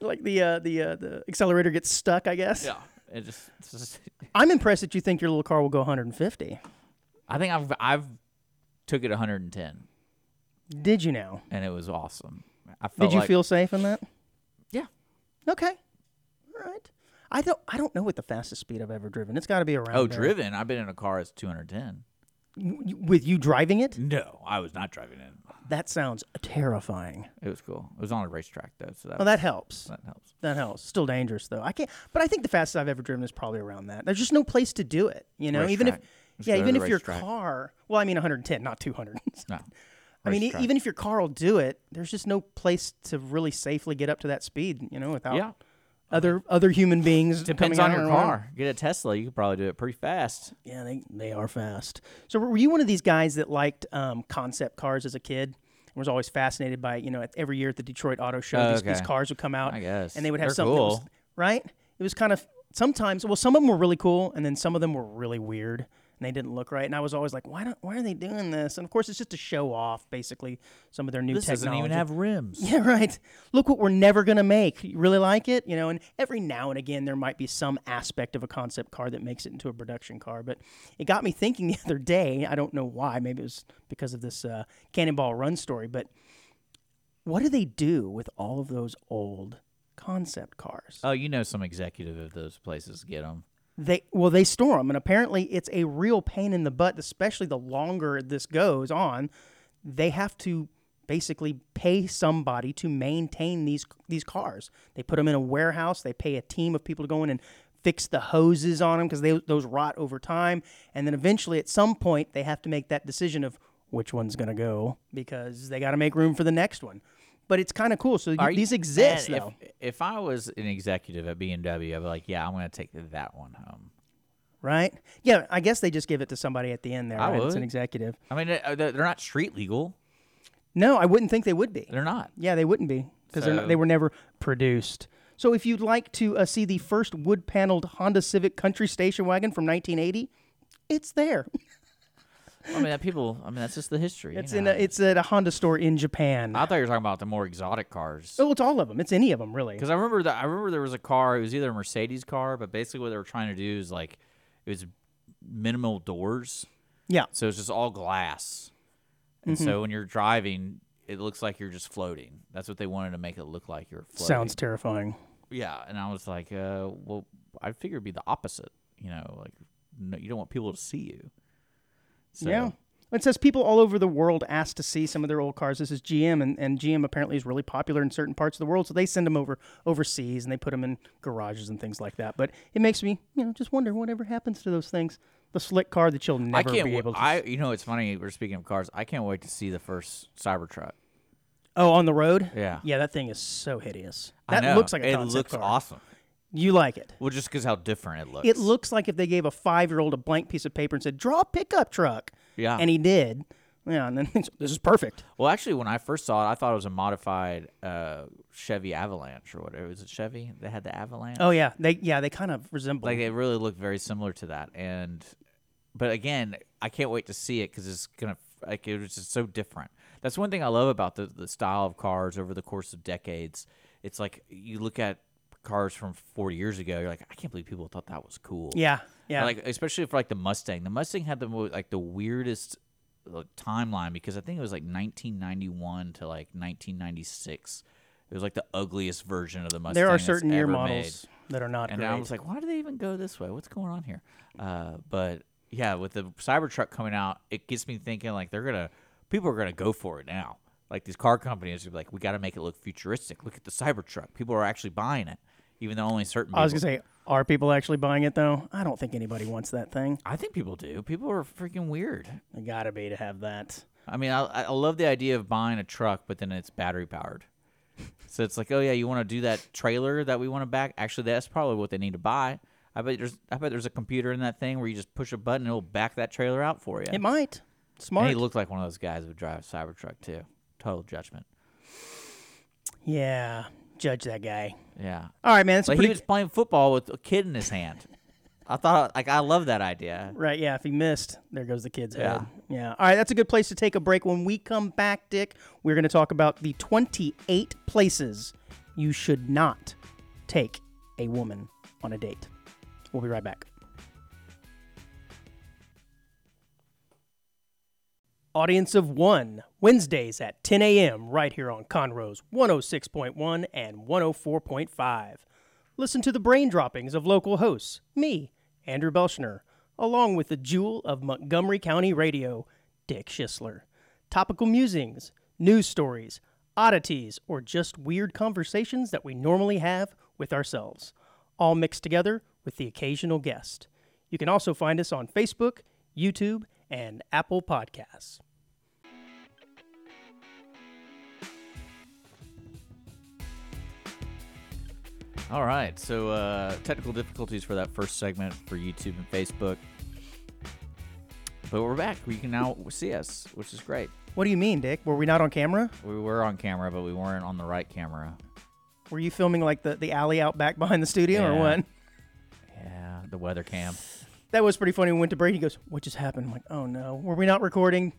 A: Like the uh, the uh, the accelerator gets stuck, I guess.
B: It just, it's just-
A: I'm impressed that you think your little car will go 150.
B: I think I've I've took it 110
A: Did you know?
B: and it was awesome. I felt
A: Did you
B: like-
A: feel safe in that?
B: Yeah.
A: Okay. All right. I don't I don't know what the fastest speed I've ever driven. It's got to be around.
B: Oh,
A: there.
B: driven. I've been in a car that's 210.
A: W- with you driving it?
B: No, I was not driving it.
A: That sounds terrifying.
B: It was cool. It was on a racetrack though, so that,
A: Well, that helps.
B: that helps.
A: That hell's still dangerous though. I can't, but I think the fastest I've ever driven is probably around that. There's just no place to do it. You know, even if
B: Racetrack. Just
A: yeah,
B: go to
A: even
B: the
A: if your
B: racetrack.
A: car. Well, I mean 110, not 200.
B: No.
A: I mean, e-
B: Racetrack.
A: even if your car will do it, there's just no place to really safely get up to that speed. You know, without
B: Yeah.
A: other other human beings.
B: Depends
A: coming
B: on
A: out
B: your
A: and around.
B: car. Get a Tesla, you could probably do it pretty fast.
A: Yeah, they they are fast. So were you one of these guys that liked um, concept cars as a kid? And was always fascinated by you know at, every year at the Detroit Auto Show
B: Oh,
A: these, these
B: okay.
A: cars would come out.
B: I guess.
A: and they would have
B: They're
A: something that was-
B: cool.
A: right. It was kind of sometimes well some of them were really cool and then some of them were really weird and they didn't look right and I was always like why don't why are they doing this and of course it's just to show off basically some of their new
B: This
A: technology.
B: doesn't even have rims.
A: Yeah, right. Look what we're never going to make. You really like it? You know, and every now and again, there might be some aspect of a concept car that makes it into a production car. But it got me thinking the other day. I don't know why. Maybe it was because of this uh, Cannonball Run story. But what do they do with all of those old concept cars?
B: Oh, you know some executive of those places get them.
A: They well, they store them, and apparently it's a real pain in the butt. Especially the longer this goes on, they have to basically pay somebody to maintain these these cars. They put them in a warehouse. They pay a team of people to go in and fix the hoses on them because they those rot over time, and then eventually at some point they have to make that decision of which one's going to go because they got to make room for the next one. But it's kind of cool. So
B: Are you-
A: these exist
B: Man,
A: though.
B: If, if I was an executive at BMW, I'd be like, yeah, I'm going to take that one home.
A: Right? Yeah, I guess they just give it to somebody at the end there.
B: I
A: right? It's
B: would.
A: an executive.
B: I mean, uh, they're they're not street legal.
A: No, I wouldn't think they would be.
B: They're not.
A: Yeah, they wouldn't be because
B: So-
A: they were never produced. So if you'd like to uh, see the first wood-paneled Honda Civic Country Station Wagon from 1980, it's there.
B: I mean, that people. I mean, that's just the history.
A: It's
B: you
A: in
B: know.
A: a, it's at a Honda store in Japan.
B: I thought you were talking about the more exotic cars.
A: oh, it's all of them. It's any of them really.
B: Because I remember that I remember there was a car. It was either a Mercedes car, but basically what they were trying to do is like it was minimal doors,
A: Yeah.
B: so it's just all glass. And
A: Mm-hmm.
B: so when you're driving, it looks like you're just floating. That's what they wanted to make it look like you're floating.
A: Sounds terrifying.
B: yeah. And I was like, uh, well, I figured it'd be the opposite. You know, like no, you don't want people to see you. So,
A: Yeah. It says people all over the world ask to see some of their old cars. This is GM, and, and GM apparently is really popular in certain parts of the world, so they send them over overseas and they put them in garages and things like that. But it makes me, you know, just wonder whatever happens to those things. The slick car that you'll never
B: I can't.
A: be
B: wa-
A: able to.
B: I you know it's funny. We're speaking of cars. I can't wait to see the first Cybertruck.
A: oh, on the road.
B: Yeah.
A: Yeah, that thing is so hideous.
B: I
A: That
B: know.
A: looks like a
B: it looks
A: concept car.
B: awesome.
A: You like it?
B: Well, just because how different it looks.
A: It looks like if they gave a five-year-old a blank piece of paper and said, "Draw a pickup truck."
B: Yeah.
A: And he did. Yeah, and then this is perfect.
B: well, actually, when I first saw it, I thought it was a modified uh, Chevy Avalanche or whatever. Was it Chevy that had the Avalanche?
A: Oh yeah, they yeah they kind of resemble.
B: Like it really looked very similar to that. And but again, I can't wait to see it because it's gonna like it was just so different. That's one thing I love about the the style of cars over the course of decades. It's like you look at cars from 40 years ago, you're like, I can't believe people thought that was cool.
A: yeah, yeah.
B: Like especially for like the Mustang. The Mustang had the mo- like the weirdest uh, timeline because I think it was like 1991 to like 1996. It was like the ugliest version of the Mustang.
A: there are
B: that's
A: certain year
B: ever
A: models that are not
B: made. and
A: great.
B: I was like, why do they even go this way? What's going on here? Uh, but yeah, with the Cybertruck coming out, it gets me thinking like they're gonna people are gonna go for it now. Like these car companies are like, we got to make it look futuristic. Look at the Cybertruck. People are actually buying it, even though only certain.
A: I was
B: people-
A: gonna say, are people actually buying it though? I don't think anybody wants that thing.
B: I think people do. People are freaking weird.
A: They gotta be to have that.
B: I mean, I, I I love the idea of buying a truck, but then it's battery powered. So it's like, oh yeah, you want to do that trailer that we want to back? Actually, that's probably what they need to buy. I bet there's, I bet there's a computer in that thing where you just push a button and it'll back that trailer out for you.
A: It might.
B: and
A: Smart.
B: he looked like one of those guys who would drive a Cybertruck too. Total judgment.
A: yeah. Judge that guy.
B: Yeah,
A: All right, man. That's a
B: like he
A: pretty
B: was playing football with a kid in his hand. I thought, like, I love that idea.
A: Right, yeah. If he missed, there goes the kid's
B: Yeah.
A: head. Yeah. All right, that's a good place to take a break. When we come back, Dick, we're going to talk about the 28 places you should not take a woman on a date. We'll be right back. Audience of One, Wednesdays at 10 a.m., right here on Conroe's 106.1 and 104.5. Listen to the brain droppings of local hosts, me, Andrew Belshner, along with the jewel of Montgomery County radio, Dick Schisler. Topical musings, news stories, oddities, or just weird conversations that we normally have with ourselves, all mixed together with the occasional guest. You can also find us on Facebook, YouTube, and Apple Podcasts.
B: All right. So uh, technical difficulties for that first segment for YouTube and Facebook. But we're back. You can now see us, which is great.
A: What do you mean, Dick? Were we not on camera?
B: We were on camera, but we weren't on the right camera.
A: Were you filming like the, the alley out back behind the studio or
B: Yeah.
A: what?
B: Yeah, the weather cam.
A: That was pretty funny. We went to break. He goes, "What just happened?" I'm like, "Oh no, were we not recording?"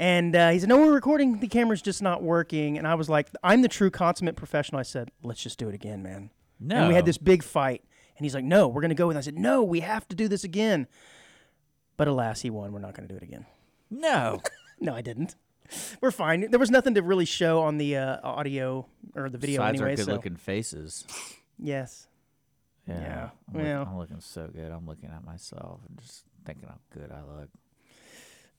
A: And uh, he said, "No, we're recording. The camera's just not working." And I was like, "I'm the true consummate professional." I said, "Let's just do it again, man."
B: No.
A: And we had this big fight. And he's like, "No, we're gonna go with." it." I said, "No, we have to do this again." But alas, he won. We're not gonna do it again.
B: No.
A: No, I didn't. We're fine. There was nothing to really show on the uh, audio or the video
B: Besides
A: anyway.
B: our
A: So
B: good-looking faces.
A: yes,
B: Yeah.
A: Yeah,
B: I'm, look-
A: well.
B: I'm looking so good. I'm looking at myself and just thinking how good I look.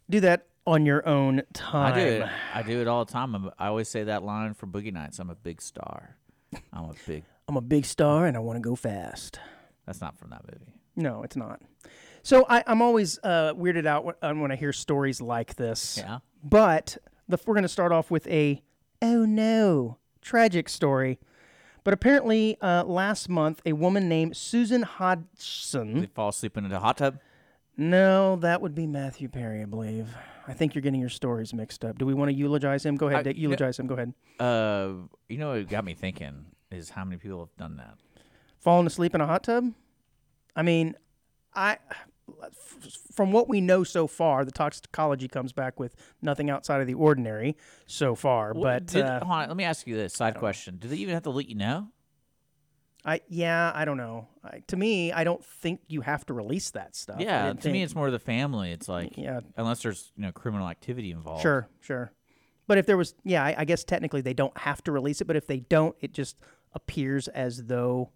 A: do that on your own time.
B: I do it. I do it all the time. I'm, I always say that line from Boogie Nights. I'm a big star. I'm a big.
A: I'm a big star, and I want to go fast.
B: That's not from that movie.
A: No, it's not. So I, I'm always uh, weirded out when, um, when I hear stories like this.
B: Yeah.
A: But the, we're going to start off with a oh no tragic story. But apparently, uh, last month, a woman named Susan Hodgson.
B: They fall asleep in a hot tub.
A: No, that would be Matthew Perry, I believe. I think you're getting your stories mixed up. Do we want to eulogize him? Go ahead,
B: I-
A: Dick.
B: you know-
A: Eulogize him. Go ahead.
B: Uh, you know, what got me thinking is how many people have done that.
A: Falling asleep in a hot tub? I mean, I from what we know so far, the toxicology comes back with nothing outside of the ordinary so far.
B: Well,
A: but
B: did,
A: uh,
B: hold on, let me ask you this side question: Do they even have to let you know?
A: I yeah, I don't know. I, to me, I don't think you have to release that stuff. Oh, I
B: yeah, to
A: didn't
B: me,
A: think-
B: it's more the family. It's like
A: yeah,
B: unless there's you know criminal activity involved.
A: sure, sure. But if there was, yeah, I, I guess technically they don't have to release it. But if they don't, it just appears as though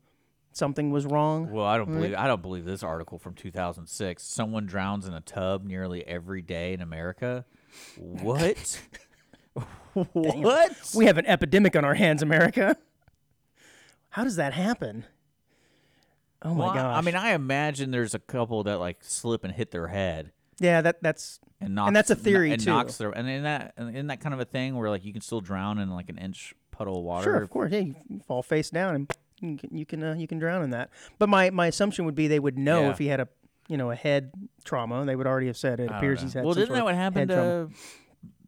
A: something was wrong.
B: Well, I don't believe I don't believe this article from 2006. Someone drowns in a tub nearly every day in America. What? what?
A: We have an epidemic on our hands, America. How does that happen? Oh my
B: Well, I-
A: gosh!
B: I mean, I imagine there's a couple that like slip and hit their head
A: yeah, that that's
B: and knocks
A: that's a theory,
B: and
A: too.
B: knocks their and in that and in that kind of a thing where like you can still drown in like an inch puddle of water.
A: Sure, of course. Yeah, you you fall face down and you can you can, uh, you can drown in that. But my, my assumption would be they would know
B: Yeah.
A: if he had a you know a head trauma. They would already have said it
B: I don't
A: appears
B: know.
A: he's had.
B: well,
A: some
B: didn't
A: sort
B: that
A: of
B: what happened uh,
A: head trauma.
B: to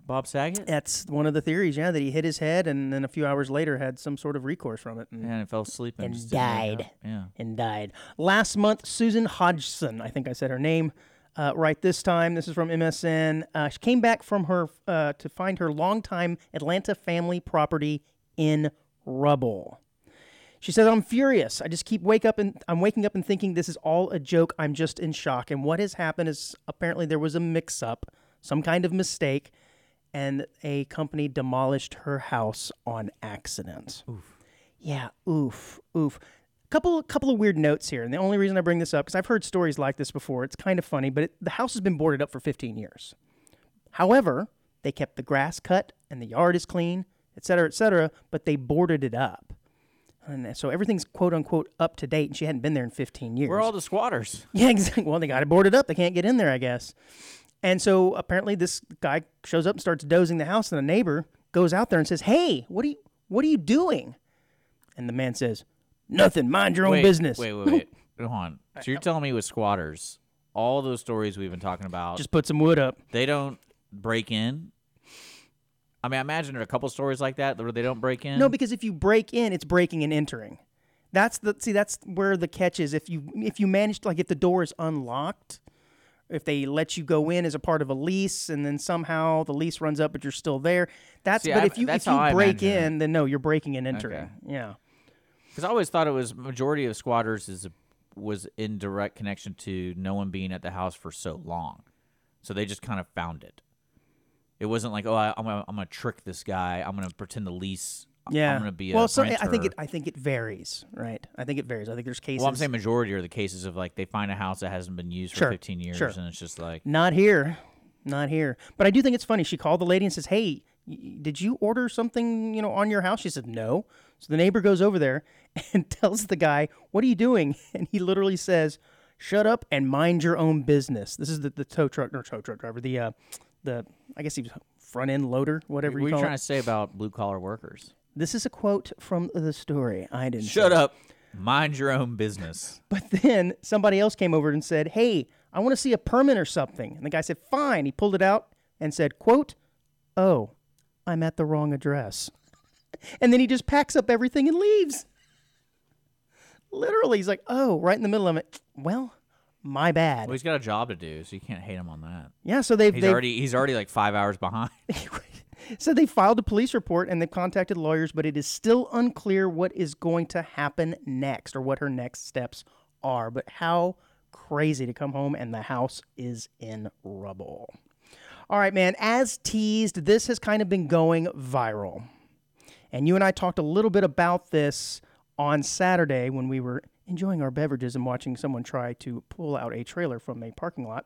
B: Bob Saget?
A: That's one of the theories. Yeah, that he hit his head and then a few hours later had some sort of recourse from it and,
B: Yeah, and fell asleep and,
A: And
B: just didn't wake
A: died.
B: up. Yeah.
A: and died. Last month, Susan Hodgson, I think I said her name. Uh, right this time, this is from MSN. Uh, she came back from her uh, to find her longtime Atlanta family property in rubble. She says, "I'm furious. I just keep wake up and I'm waking up and thinking this is all a joke. I'm just in shock. And what has happened is apparently there was a mix-up, some kind of mistake, and a company demolished her house on accident." Yeah, oof, oof. Couple, couple of weird notes here, and the only reason I bring this up because I've heard stories like this before. It's kind of funny, but it, the house has been boarded up for 15 years. However, they kept the grass cut and the yard is clean, et cetera, et cetera, but they boarded it up. And so everything's quote unquote up to date, and she hadn't been there in 15 years.
B: We're all the squatters.
A: Yeah, exactly. Well, they got it boarded up. They can't get in there, I guess. And so apparently, this guy shows up and starts dozing the house, and the neighbor goes out there and says, "Hey, what are you, what are you doing?" And the man says, "Nothing. Mind your own
B: wait,
A: business.
B: Wait, wait, wait. Hold on. So you're telling me with squatters, all those stories we've been talking about,
A: Just put some wood up."
B: they don't break in? I mean, I imagine there are a couple stories like that where they don't break in.
A: No, because if you break in, it's breaking and entering. That's the see. That's where the catch is. If you if you manage to, like if the door is unlocked, if they let you go in as a part of a lease, and then somehow the lease runs up, but you're still there. That's
B: See,
A: but
B: I-
A: if you
B: that's
A: if you
B: how I
A: break
B: imagine it.
A: in, then no, you're breaking and entering.
B: Okay.
A: Yeah.
B: because I always thought it was majority of squatters is was in direct connection to no one being at the house for so long, so they just kind of found it. It wasn't like, oh, I, I'm gonna, I'm gonna trick this guy. I'm gonna pretend to lease. I-
A: Yeah.
B: I'm gonna be
A: well,
B: a
A: so I think
B: renter.
A: it I think it varies, right? I think it varies. I think there's cases.
B: Well, I'm saying majority are the cases of like they find a house that hasn't been used for
A: Sure,
B: 15 years,
A: sure.
B: and it's just like
A: Not here. Not here. But I do think it's funny. She called the lady and says, "Hey, y- y- did you order something, you know, on your house?" She said, "No." So the neighbor goes over there and tells the guy, "What are you doing?" And he literally says, "Shut up and mind your own business." This is the, the tow truck or tow truck driver, the uh, the I guess he was front end loader, whatever
B: What are
A: you
B: you
A: call
B: trying
A: it.
B: to say about blue collar workers?
A: This is a quote from the story. I didn't say
B: Shut up. Mind your own business.
A: But then somebody else came over and said, "Hey, I want to see a permit or something." And the guy said, "Fine." He pulled it out and said, "Quote, oh, I'm at the wrong address." and then he just packs up everything and leaves. Literally, he's like, "Oh, right in the middle of it. Well, my bad."
B: Well, he's got a job to do, so you can't hate him on that.
A: Yeah, so they've,
B: He's
A: they've
B: already he's already like five hours behind.
A: so they filed a police report and they've contacted lawyers, but it is still unclear what is going to happen next or what her next steps are. But how crazy to come home and the house is in rubble. All right, man, as teased, this has kind of been going viral. And you and I talked a little bit about this on Saturday when we were enjoying our beverages and watching someone try to pull out a trailer from a parking lot.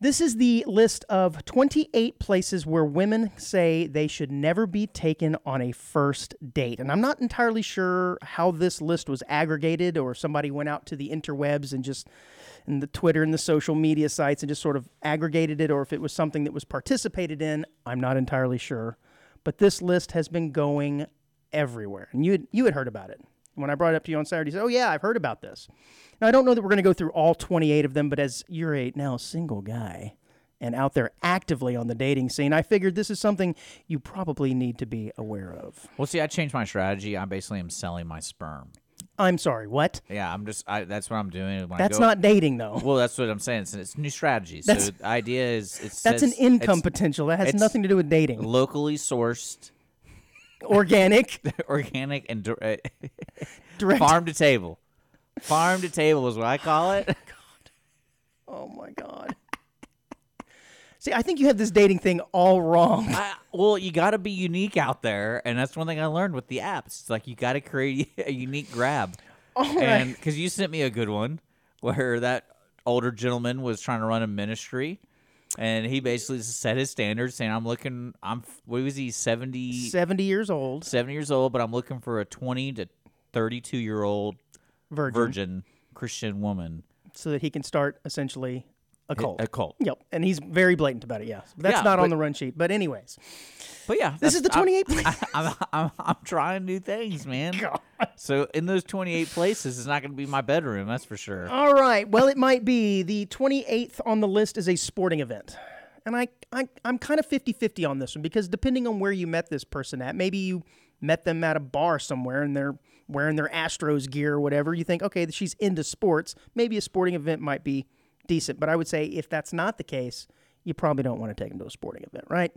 A: This is the list of 28 places where women say they should never be taken on a first date. And I'm not entirely sure how this list was aggregated or if somebody went out to the interwebs and just and the Twitter and the social media sites and just sort of aggregated it or if it was something that was participated in. I'm not entirely sure. But this list has been going everywhere. And you had, you had heard about it. When I brought it up to you on Saturday, you said, Oh, yeah, I've heard about this. Now, I don't know that we're going to go through all 28 of them, but as you're a now single guy and out there actively on the dating scene, I figured this is something you probably need to be aware of.
B: Well, see, I changed my strategy. I basically am selling my sperm.
A: I'm sorry, what?
B: Yeah, I'm just. I, that's what I'm doing. when I
A: That's
B: go-
A: not dating though.
B: Well, that's what I'm saying. It's, it's new strategy. So
A: That's-
B: the idea is it's
A: That's an income potential. That has
B: it's-
A: nothing to do with dating.
B: locally sourced,
A: Organic,
B: organic, and dir- eh,
A: direct.
B: farm to table. Farm to table is what I call it.
A: Oh my god. See, I think you have this dating thing all wrong.
B: I, well, you got to be unique out there, and that's one thing I learned with the apps. It's like you got to create a unique grab,
A: All
B: and
A: right.
B: because you sent me a good one where that older gentleman was trying to run a ministry. And he basically set his standards, saying, "I'm looking. I'm. f- What was he? Seventy?
A: Seventy years old,
B: seven years old, but I'm looking for a 20 to 32 year old
A: Mm-hmm. virgin,
B: virgin Christian woman.
A: so that he can start essentially a cult.
B: A cult.
A: Yep, and he's very blatant about it. Yeah, but that's
B: Yeah,
A: not on
B: but-
A: the run sheet. But anyways,
B: But yeah,
A: this is the
B: that's- I'm-
A: 28 place.
B: I'm, I'm, I'm trying new things, man.
A: God.
B: So in those 28 places, it's not going to be my bedroom, that's for sure.
A: All right. Well, it might be the 28th on the list is a sporting event. And I, I I'm kind of 50-50 on this one because depending on where you met this person at, maybe you met them at a bar somewhere and they're wearing their Astros gear or whatever. You think, okay, she's into sports. Maybe a sporting event might be decent. But I would say if that's not the case, you probably don't want to take them to a sporting event, right?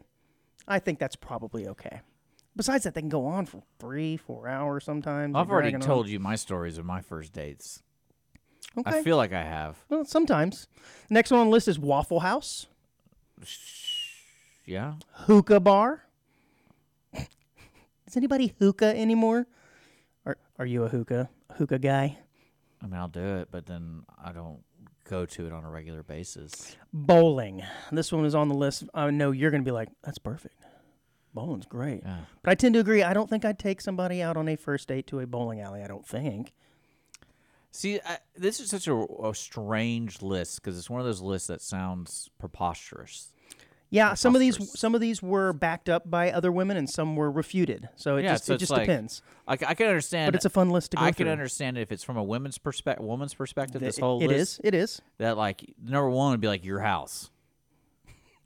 A: I think that's probably okay. Besides that, they can go on for three, four hours sometimes.
B: I've
A: They're
B: already
A: dragging on.
B: told you my stories of my first dates.
A: Okay.
B: I feel like I have.
A: Well, sometimes. Next one on the list is Waffle House,
B: Yeah.
A: hookah bar. is anybody hookah anymore? Are Are you a hookah hookah guy?
B: I mean, I'll do it, but then I don't go to it on a regular basis.
A: Bowling. This one is on the list. I know you're going to be like, that's perfect. Bowling's great.
B: Yeah.
A: But I tend to agree. I don't think I'd take somebody out on a first date to a bowling alley. I don't think.
B: See, I, this is such a, a strange list because it's one of those lists that sounds preposterous.
A: Yeah, some of these
B: Preposterous.
A: some of these were backed up by other women, and some were refuted. So it
B: Yeah,
A: just
B: so
A: it
B: it's
A: just
B: like-
A: depends.
B: Like I can understand,
A: But it's a fun list to go
B: I
A: through.
B: can understand if it's from a women's perspective, woman's perspective. This
A: It-
B: whole
A: it
B: list
A: is. It is.
B: that like number one would be like your house,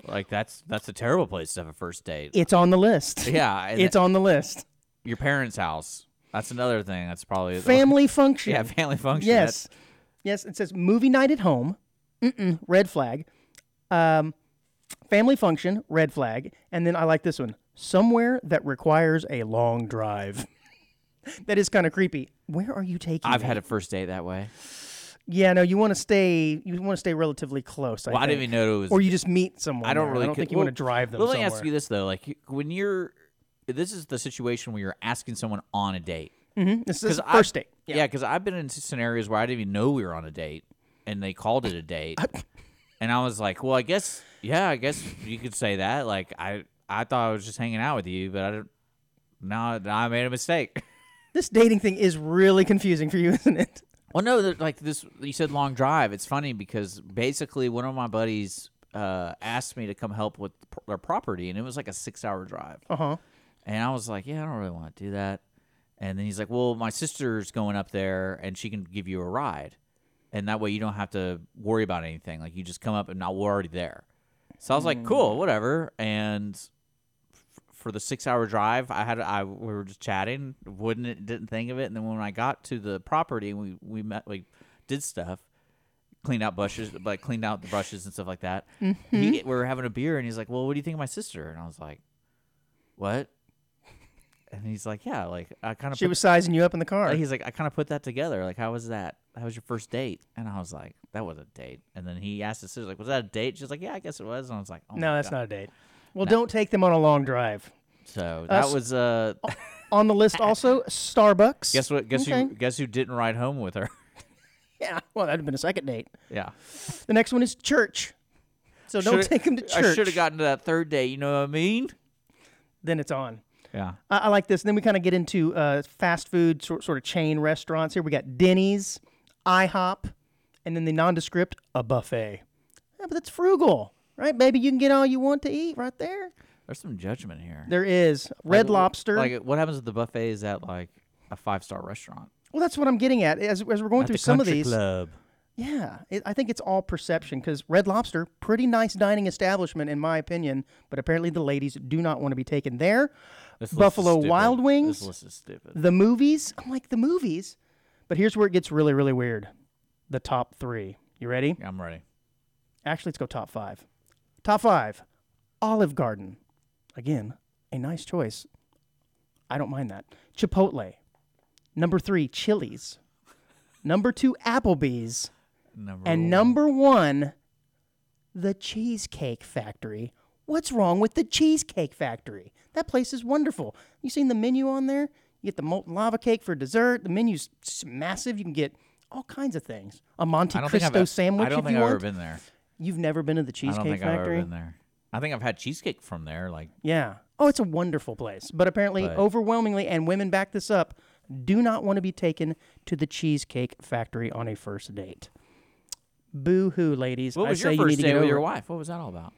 B: like that's that's a terrible place to have a first date.
A: It's on the list.
B: yeah, and
A: It's on the list.
B: your parents' house. That's another thing. That's probably
A: Family function.
B: Yeah, family function.
A: yes. Yes, it says movie night at home. Mm-mm, red flag. Um, family function, red flag. And then I like this one. Somewhere that requires a long drive. that is kind of creepy. Where are you taking
B: I've
A: me?
B: had a first date that way.
A: Yeah, no, you want to stay you want to stay relatively close, I
B: Well, I,
A: think.
B: didn't even know it was.
A: or you just meet someone.
B: I don't
A: there.
B: really.
A: I don't
B: co-
A: think you
B: well,
A: want to drive them
B: But let me
A: somewhere.
B: ask you this though: like you- when you're, this is the situation where you're asking someone on a date.
A: Mhm, This is
B: 'Cause
A: the
B: I-
A: first date. Yeah.
B: Yeah, because I've been in s- scenarios where I didn't even know we were on a date, and they called it a date, and I was like, "Well, I guess, yeah, I guess you could say that." Like, I, I thought I was just hanging out with you, but I don't. Now now I made a mistake.
A: This dating thing is really confusing for you, isn't it?
B: Well, no, that- like this, you said long drive. It's funny because basically one of my buddies uh, asked me to come help with p- their property, and it was like a six-hour drive.
A: Uh-huh.
B: And I was like, yeah, I don't really want to do that. And then he's like, well, my sister's going up there and she can give you a ride. And that way you don't have to worry about anything. Like you just come up and now we're already there. So I was like, cool, whatever. And f- for the six hour drive, I had, I, we were just chatting, wouldn't it, didn't think of it. And then when I got to the property and we, we met, we did stuff, cleaned out bushes, like cleaned out the brushes and stuff like that. He, we were having a beer and he's like, well, what do you think of my sister? And I was like, what? And he's like, yeah, like I kind of.
A: She was sizing you up in the car.
B: Like, he's like, I kind of put that together. Like, how was that? How was your first date? And I was like, that was a date. And then he asked his sister, like, was that a date? She's like, yeah, I guess it was. And I was like, oh
A: No, that's not a date. Well, don't take them on a long drive.
B: not. So that
A: s-
B: was uh,
A: On the list also Starbucks.
B: guess what? Guess who?
A: Okay.
B: Guess who didn't ride home with her?
A: Yeah. Well, that'd have been a second date.
B: yeah.
A: The next one is church. So don't
B: Shoulda-
A: take them to
B: I
A: church.
B: should have gotten to that third date. You know what I mean?
A: Then it's on.
B: Yeah.
A: I, I like this. Then we kind of get into uh, fast food sort sort of chain restaurants. Here we got Denny's, IHOP, and then the nondescript a buffet. Yeah, but that's frugal, right? Baby, you can get all you want to eat right there.
B: There's some judgment here.
A: There is
B: Like,
A: Red
B: wh-
A: Lobster.
B: Like, what happens if the buffet is at like a five star restaurant?
A: well, that's what I'm getting at. As, as we're going
B: At
A: through
B: the
A: some of
B: country
A: these,
B: Club.
A: Yeah, it, I think it's all perception because Red Lobster, pretty nice dining establishment in my opinion, but apparently the ladies do not want to be taken there.
B: This list is
A: Buffalo
B: stupid.
A: Wild
B: This
A: Wings,
B: list is stupid.
A: the movies. I'm like the movies. But here's where it gets really, really weird. The top three. You ready?
B: I'm ready.
A: Actually, let's go top five. Top five Olive Garden. Again, a nice choice. I don't mind that. Chipotle. Number three, Chili's. Number two, Applebee's.
B: Number
A: And number one, the Cheesecake Factory. What's wrong with the Cheesecake Factory? That place is wonderful. You seen the menu on there? You get the molten lava cake for dessert. The menu's s- massive. You can get all kinds of things. A Monte
B: I don't think I've,
A: Cristo
B: ever-
A: sandwich
B: I don't
A: if
B: think
A: you
B: I've
A: want.
B: ever been there.
A: You've never been to the
B: I don't
A: Cheesecake
B: think I've ever
A: Factory?
B: been there. I think I've had cheesecake from there. Like
A: Yeah. Oh, it's a wonderful place. But apparently,
B: But-
A: overwhelmingly, and women back this up, do not want to be taken to the Cheesecake Factory on a first date. Boo hoo, ladies.
B: what
A: I
B: was
A: say
B: your first
A: you need to
B: date
A: get
B: with
A: over
B: your
A: it.
B: wife? What was that all about?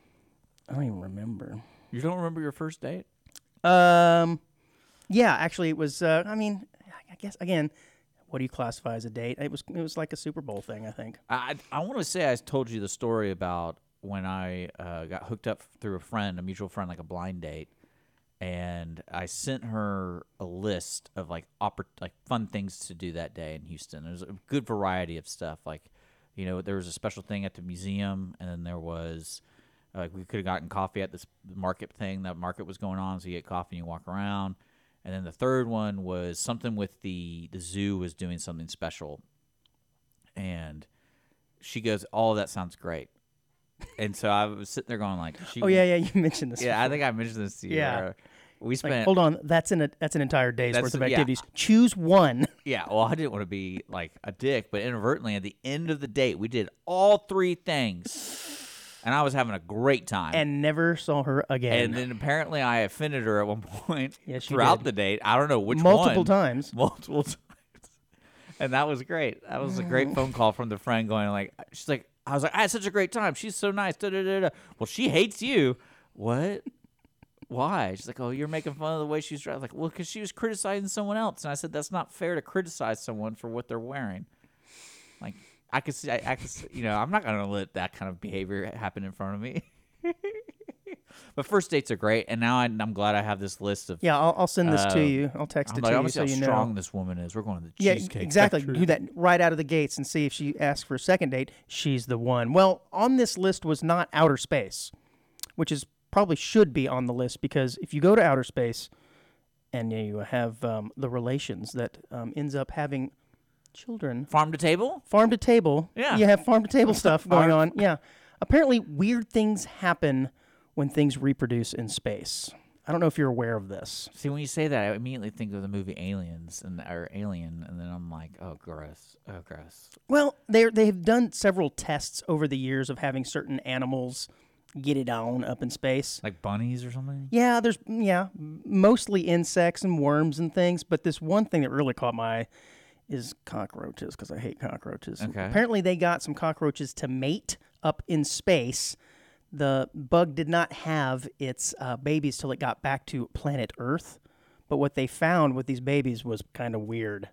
A: I don't even remember.
B: You don't remember your first date?
A: Um, yeah, actually, it was. Uh, I mean, I- I guess again, what do you classify as a date? It was. It was like a Super Bowl thing, I think.
B: I I want to say I told you the story about when I uh, got hooked up through a friend, a mutual friend, like a blind date, and I sent her a list of like oppor- like fun things to do that day in Houston. There's a good variety of stuff. Like, you know, there was a special thing at the museum, and then there was like we could have gotten coffee at this market thing. That market was going on, so you get coffee and you walk around. And then the third one was something with the the zoo was doing something special, and she goes, "All that sounds great." And so I was sitting there going, like, she,
A: Oh yeah, yeah. You mentioned this.
B: yeah." I think I mentioned this to you.
A: Yeah.
B: where we
A: Like,
B: spent.
A: hold on, that's an that's an entire day's
B: That's-
A: worth of
B: yeah.
A: activities. Choose one.
B: yeah, well, I didn't want to be like a dick, but inadvertently at the end of the date, we did all three things, and I was having a great time.
A: And never saw her again.
B: And then apparently I offended her at one point
A: Yes, you
B: throughout
A: did.
B: the date. I don't know which
A: Multiple
B: one.
A: times.
B: multiple times. And that was great. That was a great phone call from the friend going like she's like I was like I had such a great time. She's so nice. Da, da, da, da. Well, she hates you. What? Why? She's like, "Oh, you're making fun of the way she's dressed." Like, "Well, cuz she was criticizing someone else." And I said, "That's not fair to criticize someone for what they're wearing." Like, I could see I, I could see, you know, I'm not going to let that kind of behavior happen in front of me. but first dates are great, and now I, I'm glad I have this list of
A: Yeah, I'll, I'll send this to
B: Uh,
A: you. I'll text
B: I'm
A: it
B: like,
A: to
B: I'm gonna
A: you so
B: see
A: you
B: how
A: know.
B: strong this woman is. We're going to the
A: Yeah,
B: cheesecake.
A: exactly.
B: Factory.
A: Do that right out of the gates and see if she asks for a second date. She's the one. Well, on this list was not outer space, which is probably should be on the list because if you go to outer space and you have um, the relations that um, ends up having children
B: Farm to table.
A: farm to table.
B: Yeah.
A: You have farm to table stuff going on. Yeah. Apparently, weird things happen when things reproduce in space. I don't know if you're aware of this.
B: See, when you say that, I immediately think of the movie Aliens and or Alien, and then I'm like, oh, gross, oh, gross.
A: Well, they they've done several tests over the years of having certain animals get it on up in space.
B: Like bunnies or something.
A: Yeah, there's yeah, mostly insects and worms and things, but this one thing that really caught my eye is cockroaches because I hate cockroaches. And
B: Okay.
A: Apparently they got some cockroaches to mate up in space. The bug did not have its uh, babies till it got back to planet Earth, but what they found with these babies was kind of weird.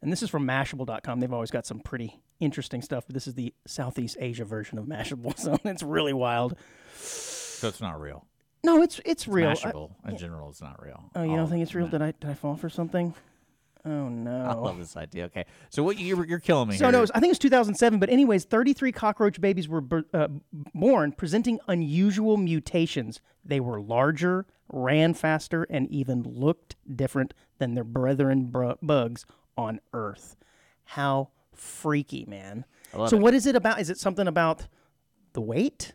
A: And this is from Mashable.com. They've always got some pretty interesting stuff. But this is the Southeast Asia version of Mashable, so it's really wild.
B: So it's not real.
A: No, it's it's real. I-
B: Mashable in general is not real.
A: Oh, you
B: All
A: don't
B: of
A: think
B: it.
A: it's real? Did I did I fall for something? Oh
B: I
A: no.
B: love this idea. Okay, so what you're, you're killing me.
A: So
B: here.
A: no, it was, I think it's 2007. But anyways, 33 cockroach babies were bur- uh, born presenting unusual mutations. They were larger, ran faster, and even looked different than their brethren br- bugs on Earth. How freaky, man!
B: love
A: So what is it about? Is it something about the weight?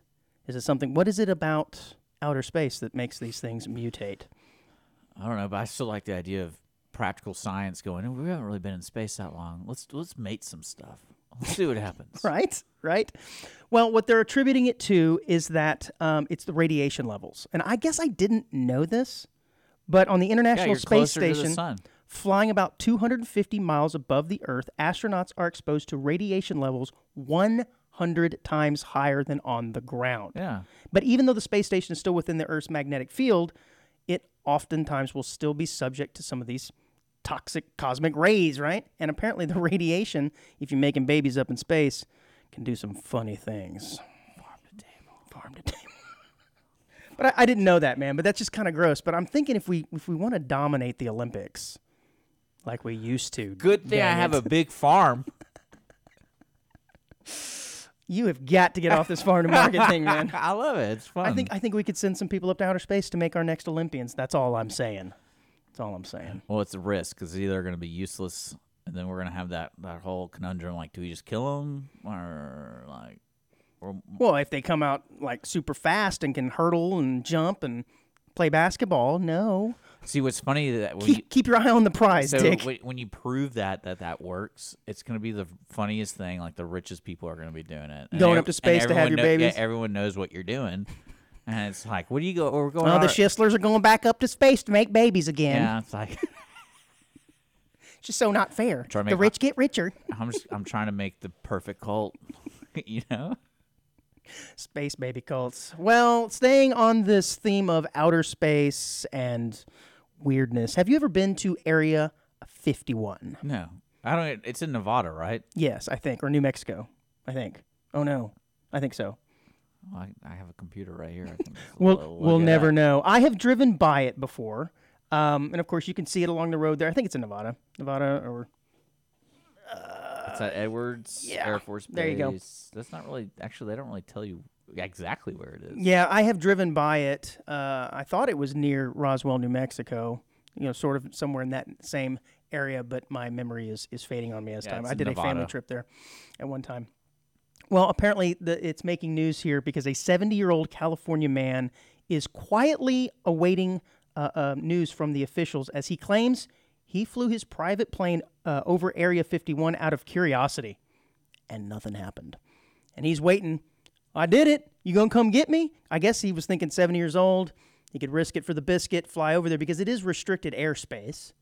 A: Is it something? What is it about outer space that makes these things mutate?
B: I don't know, but I still like the idea of practical science going. "Oh, We haven't really been in space that long. Let's let's mate some stuff. Let's see what happens.
A: Right, right. Well, what they're attributing it to is that um, it's the radiation levels. And I guess I didn't know this, but on the
B: Yeah,
A: International
B: you're
A: Space
B: closer to the
A: Station,
B: sun.
A: flying about 250 miles above the Earth, astronauts are exposed to radiation levels 100 times higher than on the ground.
B: Yeah.
A: But even though the space station is still within the Earth's magnetic field, it oftentimes will still be subject to some of these toxic cosmic rays, right? And apparently, the radiation, if you're making babies up in space, can do some funny things. Farm to table. Farm to table. but I, I didn't know that, man. But that's just kind of gross. But I'm thinking if we if we want to dominate the Olympics, like we used to.
B: Good thing
A: Dang
B: I have
A: it.
B: a big farm.
A: You have got to get off this farm to market thing, man.
B: I love it. It's fun.
A: I think I think we could send some people up to outer space to make our next Olympians. That's all I'm saying. That's all I'm saying.
B: Well, it's a risk because either going to be useless, and then we're going to have that that whole conundrum like, do we just kill them or like, or
A: Well, if they come out like super fast and can hurdle and jump and play basketball, no.
B: see what's funny that when you,
A: Keep, keep your eye on the prize,
B: so
A: Dick.
B: when- when you prove that that that works, it's going to be the funniest thing. Like the richest people are going to be doing it, And
A: Going up
B: ev-
A: to space
B: and
A: to have
B: everyone
A: your
B: kno-
A: babies?
B: Yeah, everyone knows what you're doing, and it's like, what do you go? We're going.
A: Oh,
B: out-
A: the Schistlers are going back up to space to make babies again.
B: Yeah, it's like
A: It's just so not fair.
B: Try to
A: The
B: make-
A: rich get richer.
B: I'm just I'm trying to make the perfect cult. you know,
A: Space baby cults. Well, staying on this theme of outer space and weirdness, have you ever been to Area 51?
B: no, I don't. It's in Nevada, right?
A: Yes, I think, or New Mexico, I think. Oh no, I think so.
B: I, I have a computer right here. I can just
A: We'll
B: lo-
A: we'll
B: Oh, look it up.
A: never know. I have driven by it before, um, and of course you can see it along the road there. I think it's in Nevada, Nevada, or
B: It's at Edwards
A: yeah,
B: Air Force Base.
A: there you go.
B: That's not really actually. They don't really tell you exactly where it is.
A: yeah, I have driven by it. Uh, I thought it was near Roswell, New Mexico. You know, sort of somewhere in that same area, but my memory is is fading on me as
B: Yeah,
A: time.
B: it's
A: I
B: in
A: did a family
B: Nevada.
A: trip there at one time. Well, apparently the, it's making news here because a 70 year old California man is quietly awaiting uh, uh, news from the officials as he claims he flew his private plane uh, over Area 51 out of curiosity and nothing happened. And he's waiting. I did it. You gonna come get me? I guess he was thinking 70 years old. He could risk it for the biscuit, fly over there because it is restricted airspace,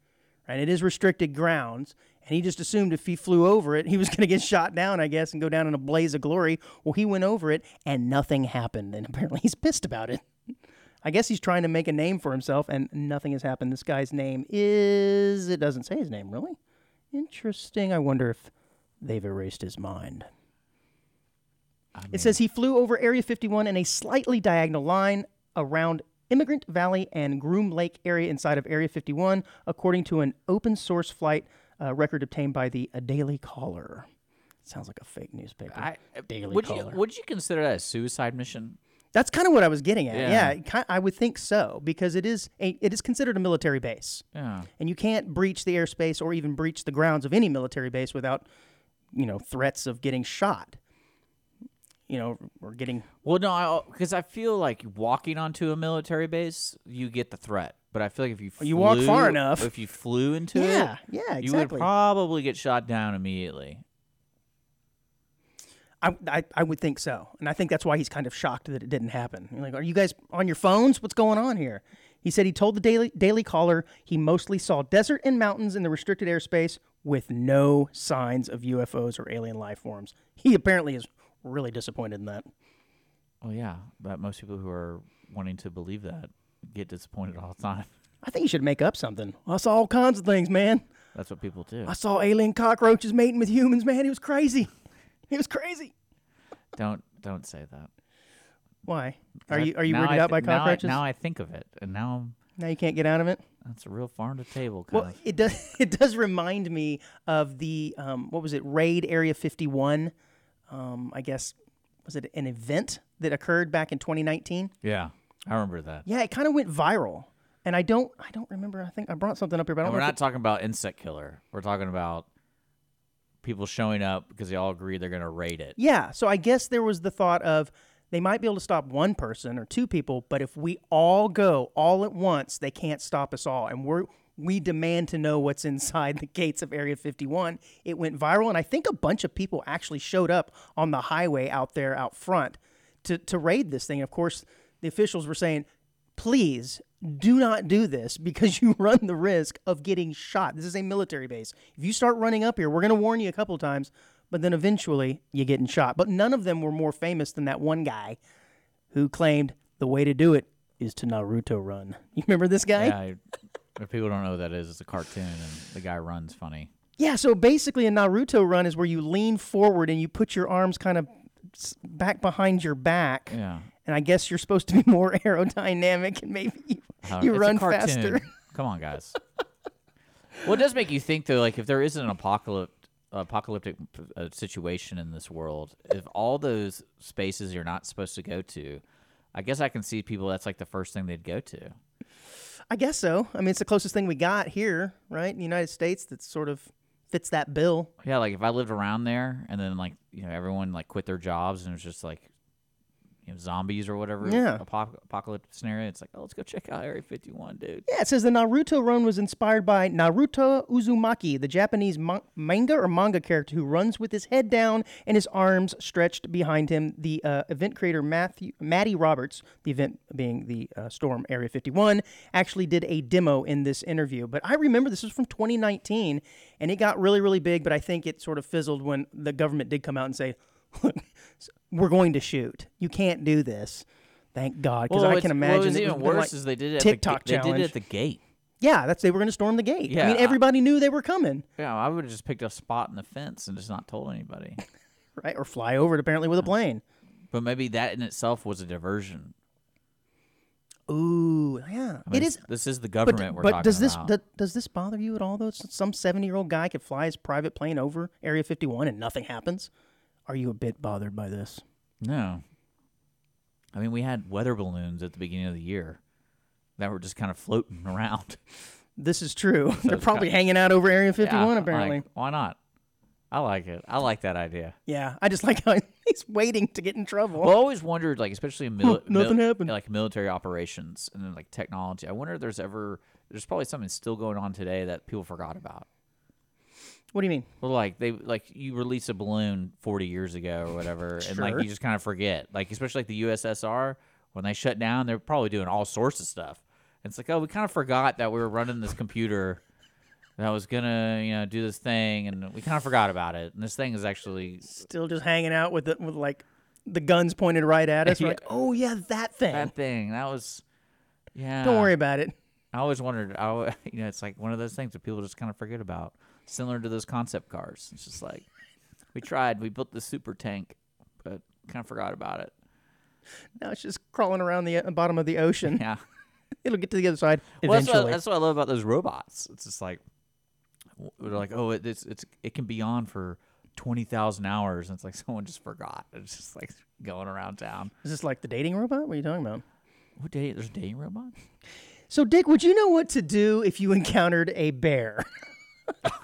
A: right? It is restricted grounds. And he just assumed if he flew over it, he was going to get shot down, I guess, and go down in a blaze of glory. Well, he went over it and nothing happened. And apparently he's pissed about it. I guess he's trying to make a name for himself and nothing has happened. This guy's name is. It doesn't say his name, really? Interesting. I wonder if they've erased his mind. It says he flew over Area 51 in a slightly diagonal line around Immigrant Valley and Groom Lake area inside of Area 51, according to an open source flight uh, record obtained by the A Daily Caller. Sounds like a fake newspaper.
B: I,
A: Daily
B: would
A: Caller.
B: you would you consider that a suicide mission?
A: That's kind of what I was getting at.
B: Yeah.
A: Yeah, it ki- I would think so because it is a, it is considered a military base,
B: Yeah.
A: and you can't breach the airspace or even breach the grounds of any military base without, you know, threats of getting shot. You know, or getting
B: Well, no, because I, feel like walking onto a military base, you get the threat. But I feel like if you flew,
A: You walk far enough.
B: if you flew into
A: yeah,
B: it,
A: yeah, exactly.
B: you would probably get shot down immediately.
A: I, I, I would think so. And I think that's why he's kind of shocked that it didn't happen. You're like, are you guys on your phones? What's going on here? He said he told the Daily, Daily Caller he mostly saw desert and mountains in the restricted airspace with no signs of UFOs or alien life forms. He apparently is really disappointed in that.
B: Well, yeah, but most people who are wanting to believe that get disappointed all the time.
A: I think he should make up something. I saw all kinds of things, man.
B: That's what people do.
A: I saw alien cockroaches mating with humans, man. It was crazy. It was crazy.
B: Don't don't say that.
A: Why?
B: I-
A: Are you are you
B: now
A: weirded
B: I
A: out by
B: th- now I-
A: cockroaches?
B: Now I, think of it, and now I'm,
A: now you can't get out of it?
B: that's a real farm to table kind
A: Well,
B: of.
A: it does. It does remind me of the um, what was it? Raid Area Fifty One. Um, I guess was it an event that occurred back in 2019?
B: Yeah, I remember that.
A: Yeah, it kind of went viral, and I don't. I don't remember. I think I brought something up here, but I
B: And
A: don't.
B: we're
A: know if
B: not talking about insect killer. We're talking about people showing up because they all agree they're going to raid it.
A: it- yeah. So I guess there was the thought of they might be able to stop one person or two people, but if we all go all at once, they can't stop us all, and we're. We demand to know what's inside the gates of Area 51. It went viral, and I think a bunch of people actually showed up on the highway out there out front to, to raid this thing. Of course, the officials were saying, please do not do this because you run the risk of getting shot. This is a military base. If you start running up here, we're going to warn you a couple times, but then eventually you're getting shot. But none of them were more famous than that one guy who claimed the way to do it is to Naruto run. You remember this guy?
B: Yeah, I, if people don't know what that is, it's a cartoon, and the guy runs funny.
A: Yeah, so basically a Naruto run is where you lean forward and you put your arms kind of s- back behind your back.
B: Yeah,
A: And I guess you're supposed to be more aerodynamic and maybe you,
B: Uh,
A: you
B: it's a
A: run
B: cartoon.
A: faster.
B: Come on, guys. Well, it does make you think though, like if there is an apocalypse, apocalyptic uh, situation in this world, if all those spaces you're not supposed to go to, I guess I can see people. That's like the first thing they'd go to.
A: I guess so. I mean, it's the closest thing we got here, right? In the United States that sort of fits that bill.
B: Yeah, like if I lived around there, and then like you know everyone like quit their jobs, and it was just like. You know, zombies or whatever
A: Yeah.
B: apoc- apocalyptic scenario. It's like, oh, let's go check out Area 51, dude.
A: Yeah, it says the Naruto run was inspired by Naruto Uzumaki, the Japanese ma- manga or manga character who runs with his head down and his arms stretched behind him. The uh, event creator Matthew Matty Roberts, the event being the uh, Storm Area 51, actually did a demo in this interview. But I remember this was from 2019, and it got really, really big. But I think it sort of fizzled when the government did come out and say, "Look, we're going to shoot. You can't do this." Thank God, because I
B: it's-
A: can
B: What
A: imagine
B: was
A: it
B: even
A: would've been
B: worse
A: like-
B: is they did it.
A: TikTok
B: at the, ga- They did it
A: challenge.
B: at the gate.
A: yeah, that's they were going to storm the gate. I
B: Yeah,
A: mean,
B: I-
A: everybody knew they were coming,
B: Yeah, I would have just picked a spot in the fence and just not told anybody.
A: right? Or fly over it apparently with a plane.
B: But maybe that in itself was a diversion.
A: Ooh, yeah,
B: I mean,
A: it is.
B: This is the
A: But,
B: government we're
A: but
B: talking
A: does this
B: about.
A: do- does this bother you at all? Though S- some seventy year old guy could fly his private plane over Area Fifty One and nothing happens. Are you a bit bothered by this?
B: no. I mean, we had weather balloons at the beginning of the year that were just kind of floating around.
A: This is true. They're
B: it's
A: probably hanging out over Area Fifty
B: Yeah,
A: One.
B: like,
A: apparently,
B: why not? I like it. I like that idea.
A: yeah. I just like how he's waiting to get in trouble.
B: Well, I always wondered, like, especially in mili- mil-
A: nothing happened.
B: like military operations and then like technology. I wonder if there's ever there's probably something still going on today that people forgot about.
A: what do you mean?
B: Well, like they like you release a balloon forty years ago or whatever, and like
A: Sure.
B: you just kind of forget. Like especially like the USSR when they shut down, they're probably doing all sorts of stuff. And it's like, oh, we kind of forgot that we were running this computer that was gonna you know do this thing, and we kind of forgot about it. And this thing is actually
A: Still just hanging out with the, with like the guns pointed right at us. We're
B: Yeah.
A: like, oh yeah, that thing.
B: that uh, thing that was. Yeah,
A: Don't worry about it.
B: I always wondered. I, al- you know, it's like one of those things that people just kind of forget about, similar to those concept cars. It's just like we tried, we built the super tank, but kind of forgot about it.
A: Now it's just crawling around the uh, bottom of the ocean.
B: Yeah.
A: It'll get to the other side
B: Well, that's,
A: eventually.
B: what, that's what I love about those robots. It's just like w- they're like, oh, it, it's it's it can be on for twenty thousand hours, and it's like someone just forgot. It's just like going around town.
A: Is this like the dating robot? What are you talking about?
B: What day? There's dating robots.
A: So, Dick, would you know what to do if you encountered a bear?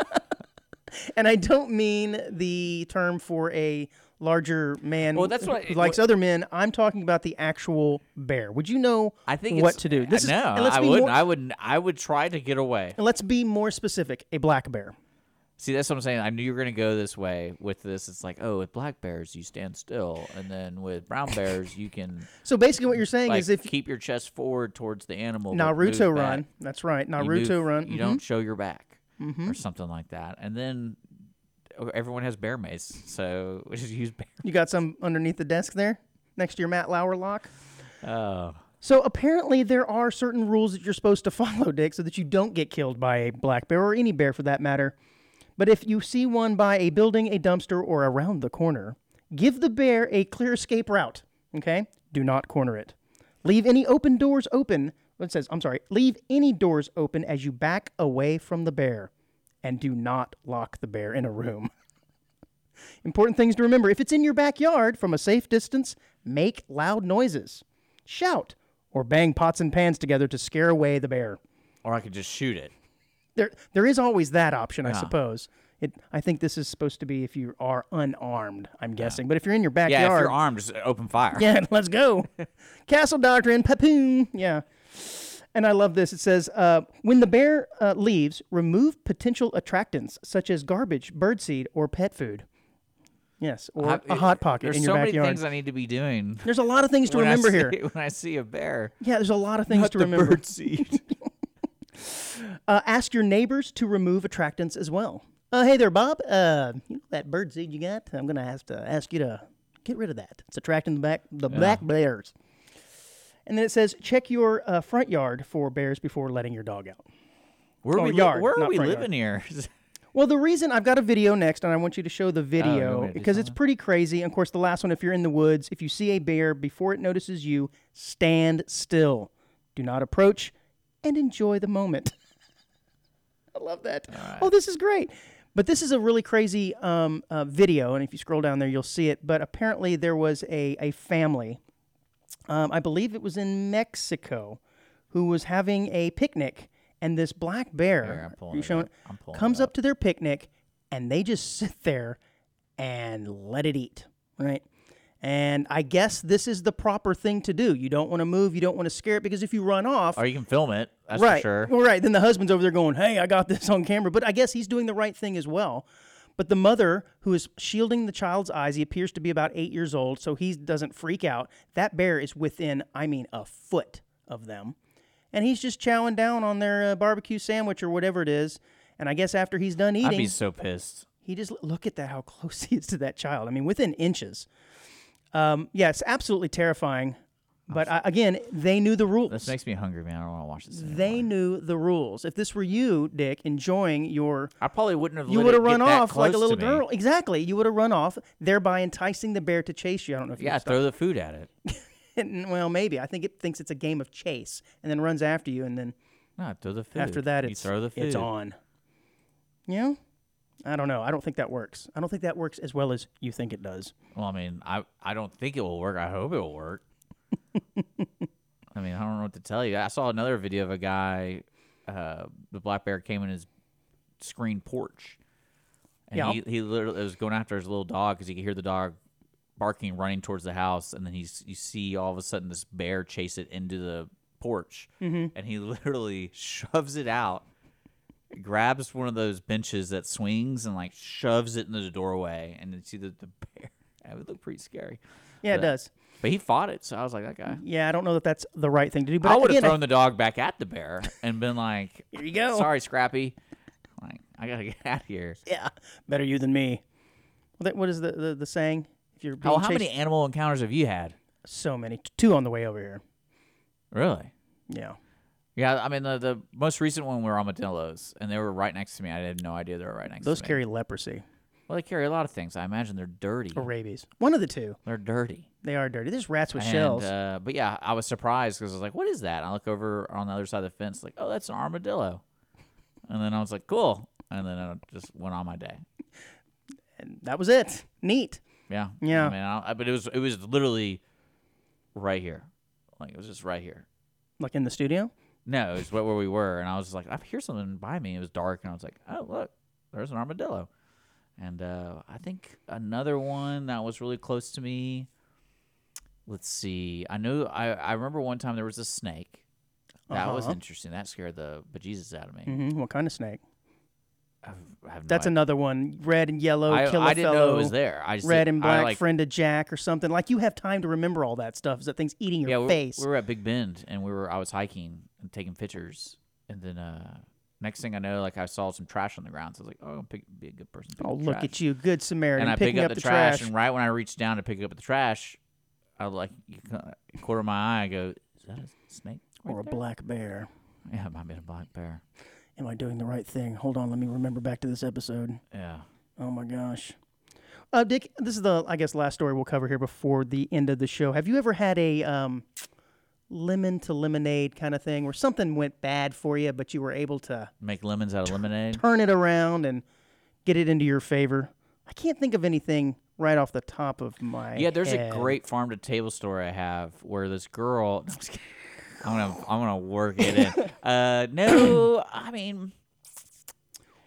A: and I don't mean the term for a larger man
B: Well, that's what-
A: who likes other men. I'm talking about the actual bear. Would you know
B: I think
A: what
B: it's,
A: to do?
B: no,
A: and let's
B: I
A: be
B: wouldn't.
A: More,
B: I wouldn't. I would try to get away.
A: and let's be more specific. A black bear.
B: See, that's what I'm saying. I knew you were going to go this way with this. It's like, oh, with black bears, you stand still. And then with brown bears, you can
A: So basically, what you're saying
B: like,
A: is if
B: keep your chest forward towards the animal. but move
A: Naruto
B: back.
A: run, that's right,
B: You
A: Naruto
B: move-
A: run. Mm-hmm.
B: You
A: mhm.
B: don't show your back or something like that. And then oh, everyone has bear mace. So we just use bear.
A: You got some underneath the desk there, next to your Matt Lauer lock.
B: Oh.
A: So apparently there are certain rules that you're supposed to follow, Dick, so that you don't get killed by a black bear or any bear for that matter. But if you see one by a building, a dumpster, or around the corner, give the bear a clear escape route. Okay? Do not corner it. Leave any open doors open. It says, I'm sorry, leave any doors open as you back away from the bear. And do not lock the bear in a room. Important things to remember if it's in your backyard from a safe distance, make loud noises. Shout or bang pots and pans together to scare away the bear.
B: Or I could just shoot it.
A: There, there is always that option, I suppose. It, I think this is supposed to be if you are unarmed, I'm guessing. But if you're in your
B: Yeah, if
A: backyard,
B: you're armed, just open fire.
A: yeah, let's go. Castle Doctrine, papoon. Yeah. And I love this. It says, uh, when the bear uh, leaves, remove potential attractants such as garbage, birdseed, or pet food. Yes, or
B: I-
A: a hot pocket
B: There's
A: in
B: so
A: your backyard.
B: many things I need to be doing.
A: There's a lot of things to
B: when I
A: remember
B: see-
A: here.
B: When I see a bear,
A: Yeah, there's a lot of things to
B: the
A: remember.
B: bird seed.
A: Uh, ask your neighbors to remove attractants as well. Uh, hey there, Bob. Uh, you know that bird seed you got? I'm gonna have to ask you to get rid of that. It's attracting the back the black bears. And then it says check your uh, front yard for bears before letting your dog out.
B: Where
A: Or
B: are we, li-
A: Oh, yard,
B: where
A: not
B: are we
A: front yard.
B: living here?
A: Well, the reason I've got a video next, and I want you to show
B: Oh,
A: the
B: want
A: video
B: me to do
A: because it's pretty crazy. And of course, the last one, if you're in the woods, if you see a bear before it notices you, stand still. Do not approach and enjoy the moment. I love that. Oh, this is great. But this is a really crazy um, uh, video, and if you scroll down there, you'll see it. But apparently, there was a, a family, um, I believe it was in Mexico, who was having a picnic, and this black bear
B: Here, I'm pulling
A: you
B: it
A: showing-
B: up. I'm pulling it
A: comes up to their picnic, and they just sit there and let it eat, right? And I guess this is the proper thing to do. You don't want to move, you don't want to scare it, because if you run off,
B: Or you can film it. That's
A: right.
B: for sure.
A: Well, right. Then the husband's over there going, "Hey, I got this on camera." But I guess he's doing the right thing as well. But the mother, who is shielding the child's eyes, he appears to be about eight years old, so he doesn't freak out. That bear is within, I mean, a foot of them, and he's just chowing down on their uh, barbecue sandwich or whatever it is. And I guess after he's done
B: I'd
A: eating,
B: be so pissed.
A: he just look at that how close he is to that child. I mean, within inches. Um, yeah, it's absolutely terrifying. But I, again, they knew the rules.
B: This makes me hungry, man. I don't want to watch this. anymore.
A: They knew the rules. If this were you, Dick, enjoying your,
B: I probably wouldn't have.
A: you
B: let
A: would
B: it
A: have
B: get
A: run
B: that
A: off like a
B: close
A: little
B: to me.
A: girl. Exactly. You would have run off, thereby enticing the bear to chase you. I don't know if
B: Yeah,
A: you
B: throw the food at it.
A: stopped. Well, maybe. I think it thinks it's a game of chase and then runs after you. And then
B: No, throw the food.
A: after that,
B: you
A: it's,
B: throw the food.
A: it's on. You know? I don't know. I don't think that works. I don't think that works as well as you think it does.
B: Well, I mean, I I don't think it will work. I hope it will work. I mean, I don't know what to tell you. I saw another video of a guy. Uh, the black bear came in his screen porch, and
A: Yeah.
B: he he literally was going after his little dog because he could hear the dog barking, running towards the house, and then he's you see all of a sudden this bear chase it into the porch, and he literally shoves it out grabs one of those benches that swings and like shoves it into the doorway and then see the, the bear it would look pretty scary
A: Yeah, it
B: But-
A: does.
B: but he fought it so i was like that guy
A: Yeah, I don't know that that's the right thing to do. But
B: i would have
A: again,
B: thrown the dog back at the bear and been like
A: Here you go.
B: sorry scrappy like i gotta get out of here
A: Yeah, better you than me. Well, that, what is the, the, the saying? If you're being
B: Oh, how, how
A: chased-
B: many animal encounters have you had
A: So many. T- Two on the way over here.
B: really
A: Yeah.
B: yeah i mean the, the most recent one were armadillos and they were right next to me i had no idea they were right next
A: Those
B: to me
A: carry leprosy
B: well they carry a lot of things i imagine they're dirty
A: or rabies. One of the two.
B: they're dirty
A: They are dirty. There's rats with
B: And,
A: shells.
B: Uh, but yeah, I was surprised because I was like, "What is that?" And I look over on the other side of the fence, like, "Oh, that's an armadillo." And then I was like, "Cool." And then I just went on my day.
A: and that was it. Neat.
B: Yeah,
A: Yeah.
B: I mean, I, I- but it was it was literally right here, like it was just right here.
A: Like in the studio.
B: No, it was right where we were, and I was just like, "I hear something by me." It was dark, and I was like, "Oh, look, there's an armadillo." And uh, I think another one that was really close to me. Let's see. I know. I I remember one time there was a snake. That was
A: Uh-huh.
B: interesting. That scared the bejesus out of me.
A: hmm What kind of snake?
B: I've, I have no
A: That's
B: idea.
A: another one. Red and yellow.
B: I,
A: kill a
B: I didn't
A: fellow.
B: know it was there. I just
A: Red and
B: I,
A: black.
B: like-
A: friend of Jack or something. Like you have time to remember all that stuff. Is that things eating your
B: yeah, we-
A: face?
B: We were at Big Bend, and we were. I was hiking and taking pictures, and then uh, next thing I know, like I saw some trash on the ground. So I was like, "Oh, I'm pick, be a good person."
A: oh, look at you, good Samaritan,
B: And I pick
A: picking
B: up,
A: up,
B: the, trash,
A: trash.
B: and right when I reached down to pick up the trash, I like you kinda- corner of my eye. I go, "Is that a snake?"
A: or a
B: right there?"
A: black bear.
B: Yeah, it might be a black bear.
A: Am I doing the right thing? Hold on, let me remember back to this episode.
B: Yeah.
A: Oh my gosh. Uh, Dick, this is the I guess last story we'll cover here before the end of the show. Have you ever had a um, lemon to lemonade kind of thing where something went bad for you, but you were able to
B: Make lemons out of lemonade.
A: turn it around and get it into your favor? I can't think of anything right off the top of my
B: Yeah, there's
A: head.
B: a great farm to table story I have where this girl. No, I'm, just kidding. I'm gonna I'm gonna work it in. Uh, no, I mean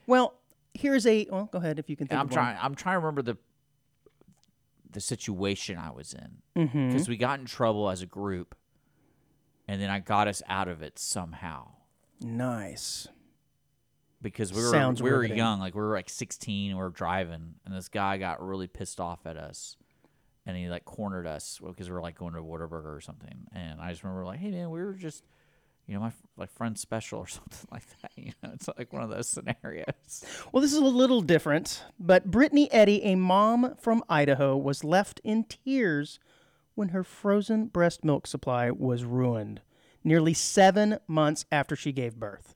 A: Well, here's a well. Go ahead if you can think.
B: I'm
A: of one.
B: trying I'm trying to remember the the situation I was in
A: Mm-hmm.
B: because we got in trouble as a group, and then I got us out of it somehow
A: Mm-hmm. Nice.
B: because we were
A: Sounds
B: we were
A: riveting.
B: young, like we were like 16, we were driving, and this guy got really pissed off at us, and he like cornered us because we were like going to Whataburger or something, and I just remember like, hey man, we were just, you know, my f- like friend special or something like that, you know, it's like one of those scenarios.
A: Well, this is a little different, but Brittany Eddy, a mom from Idaho, was left in tears when her frozen breast milk supply was ruined nearly seven months after she gave birth.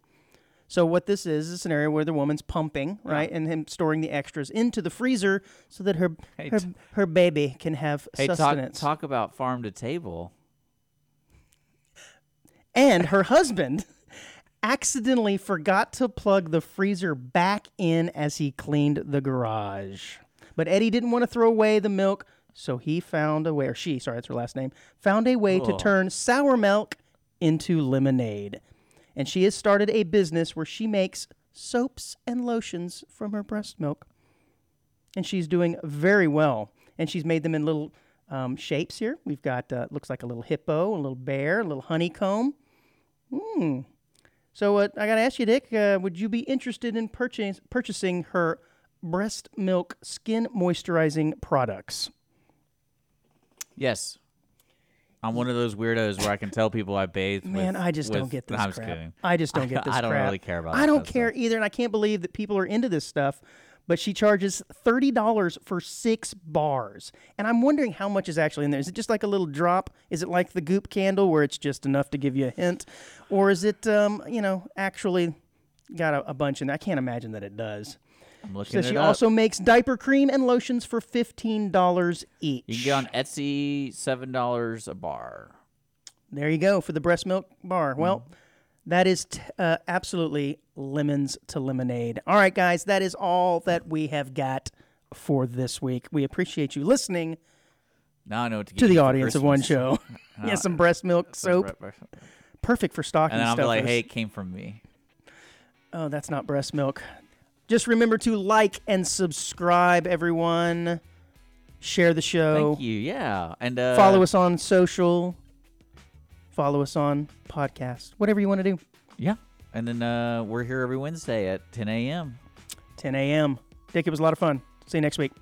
A: So, what this is, is a scenario where the woman's pumping, right, and him storing the extras into the freezer so that her
B: Hey,
A: her,
B: t-
A: her baby can have
B: Hey, talk,
A: sustenance.
B: talk about farm to table.
A: And her husband accidentally forgot to plug the freezer back in as he cleaned the garage. But Eddie didn't want to throw away the milk, so he found a way, or she, sorry, that's her last name, found a way to turn sour milk into lemonade. And she has started a business where she makes soaps and lotions from her breast milk. And she's doing very well. And she's made them in little um, shapes here. We've got, uh, looks like a little hippo, a little bear, a little honeycomb. So uh, I got to ask you, Dick, uh, would you be interested in purchase, purchasing her breast milk skin moisturizing products?
B: Yes. I'm one of those weirdos where I can tell people I bathe.
A: Man,
B: with-
A: I just don't
B: with-
A: get this
B: I'm
A: crap.
B: just kidding.
A: I just don't get this
B: I don't
A: crap.
B: really care about
A: I
B: that
A: don't
B: kind of
A: care either, and I can't believe that people are into this stuff. But she charges thirty dollars for six bars, and I'm wondering how much is actually in there. Is it just like a little drop? Is it like the Goop candle, where it's just enough to give you a hint, or is it, um, you know, actually got a, a bunch in there? I can't imagine that it does.
B: I'm looking
A: So
B: it
A: she
B: up.
A: also makes diaper cream and lotions for fifteen dollars each.
B: you can get on Etsy, seven dollars a bar.
A: There you go for the breast milk
B: Mm.
A: bar. Well, that is t- uh, absolutely lemons to lemonade. All right, guys, that is all that we have got for this week. We appreciate you listening
B: Now I know what to get
A: to
B: you
A: the
B: for
A: audience of one
B: Christmas.
A: show. yeah, some breast milk soap, perfect for stocking
B: And then I'll be
A: stuffers.
B: like, "Hey, it came from me."
A: Oh, that's not breast milk. Just remember to like and subscribe, everyone. Share the show.
B: Thank you. Yeah, and uh,
A: Follow us on social. Follow us on podcast. Whatever you want to do.
B: Yeah, and then uh, we're here every Wednesday at 10 a.m.
A: 10 a.m. Dick, it was a lot of fun. See you next week.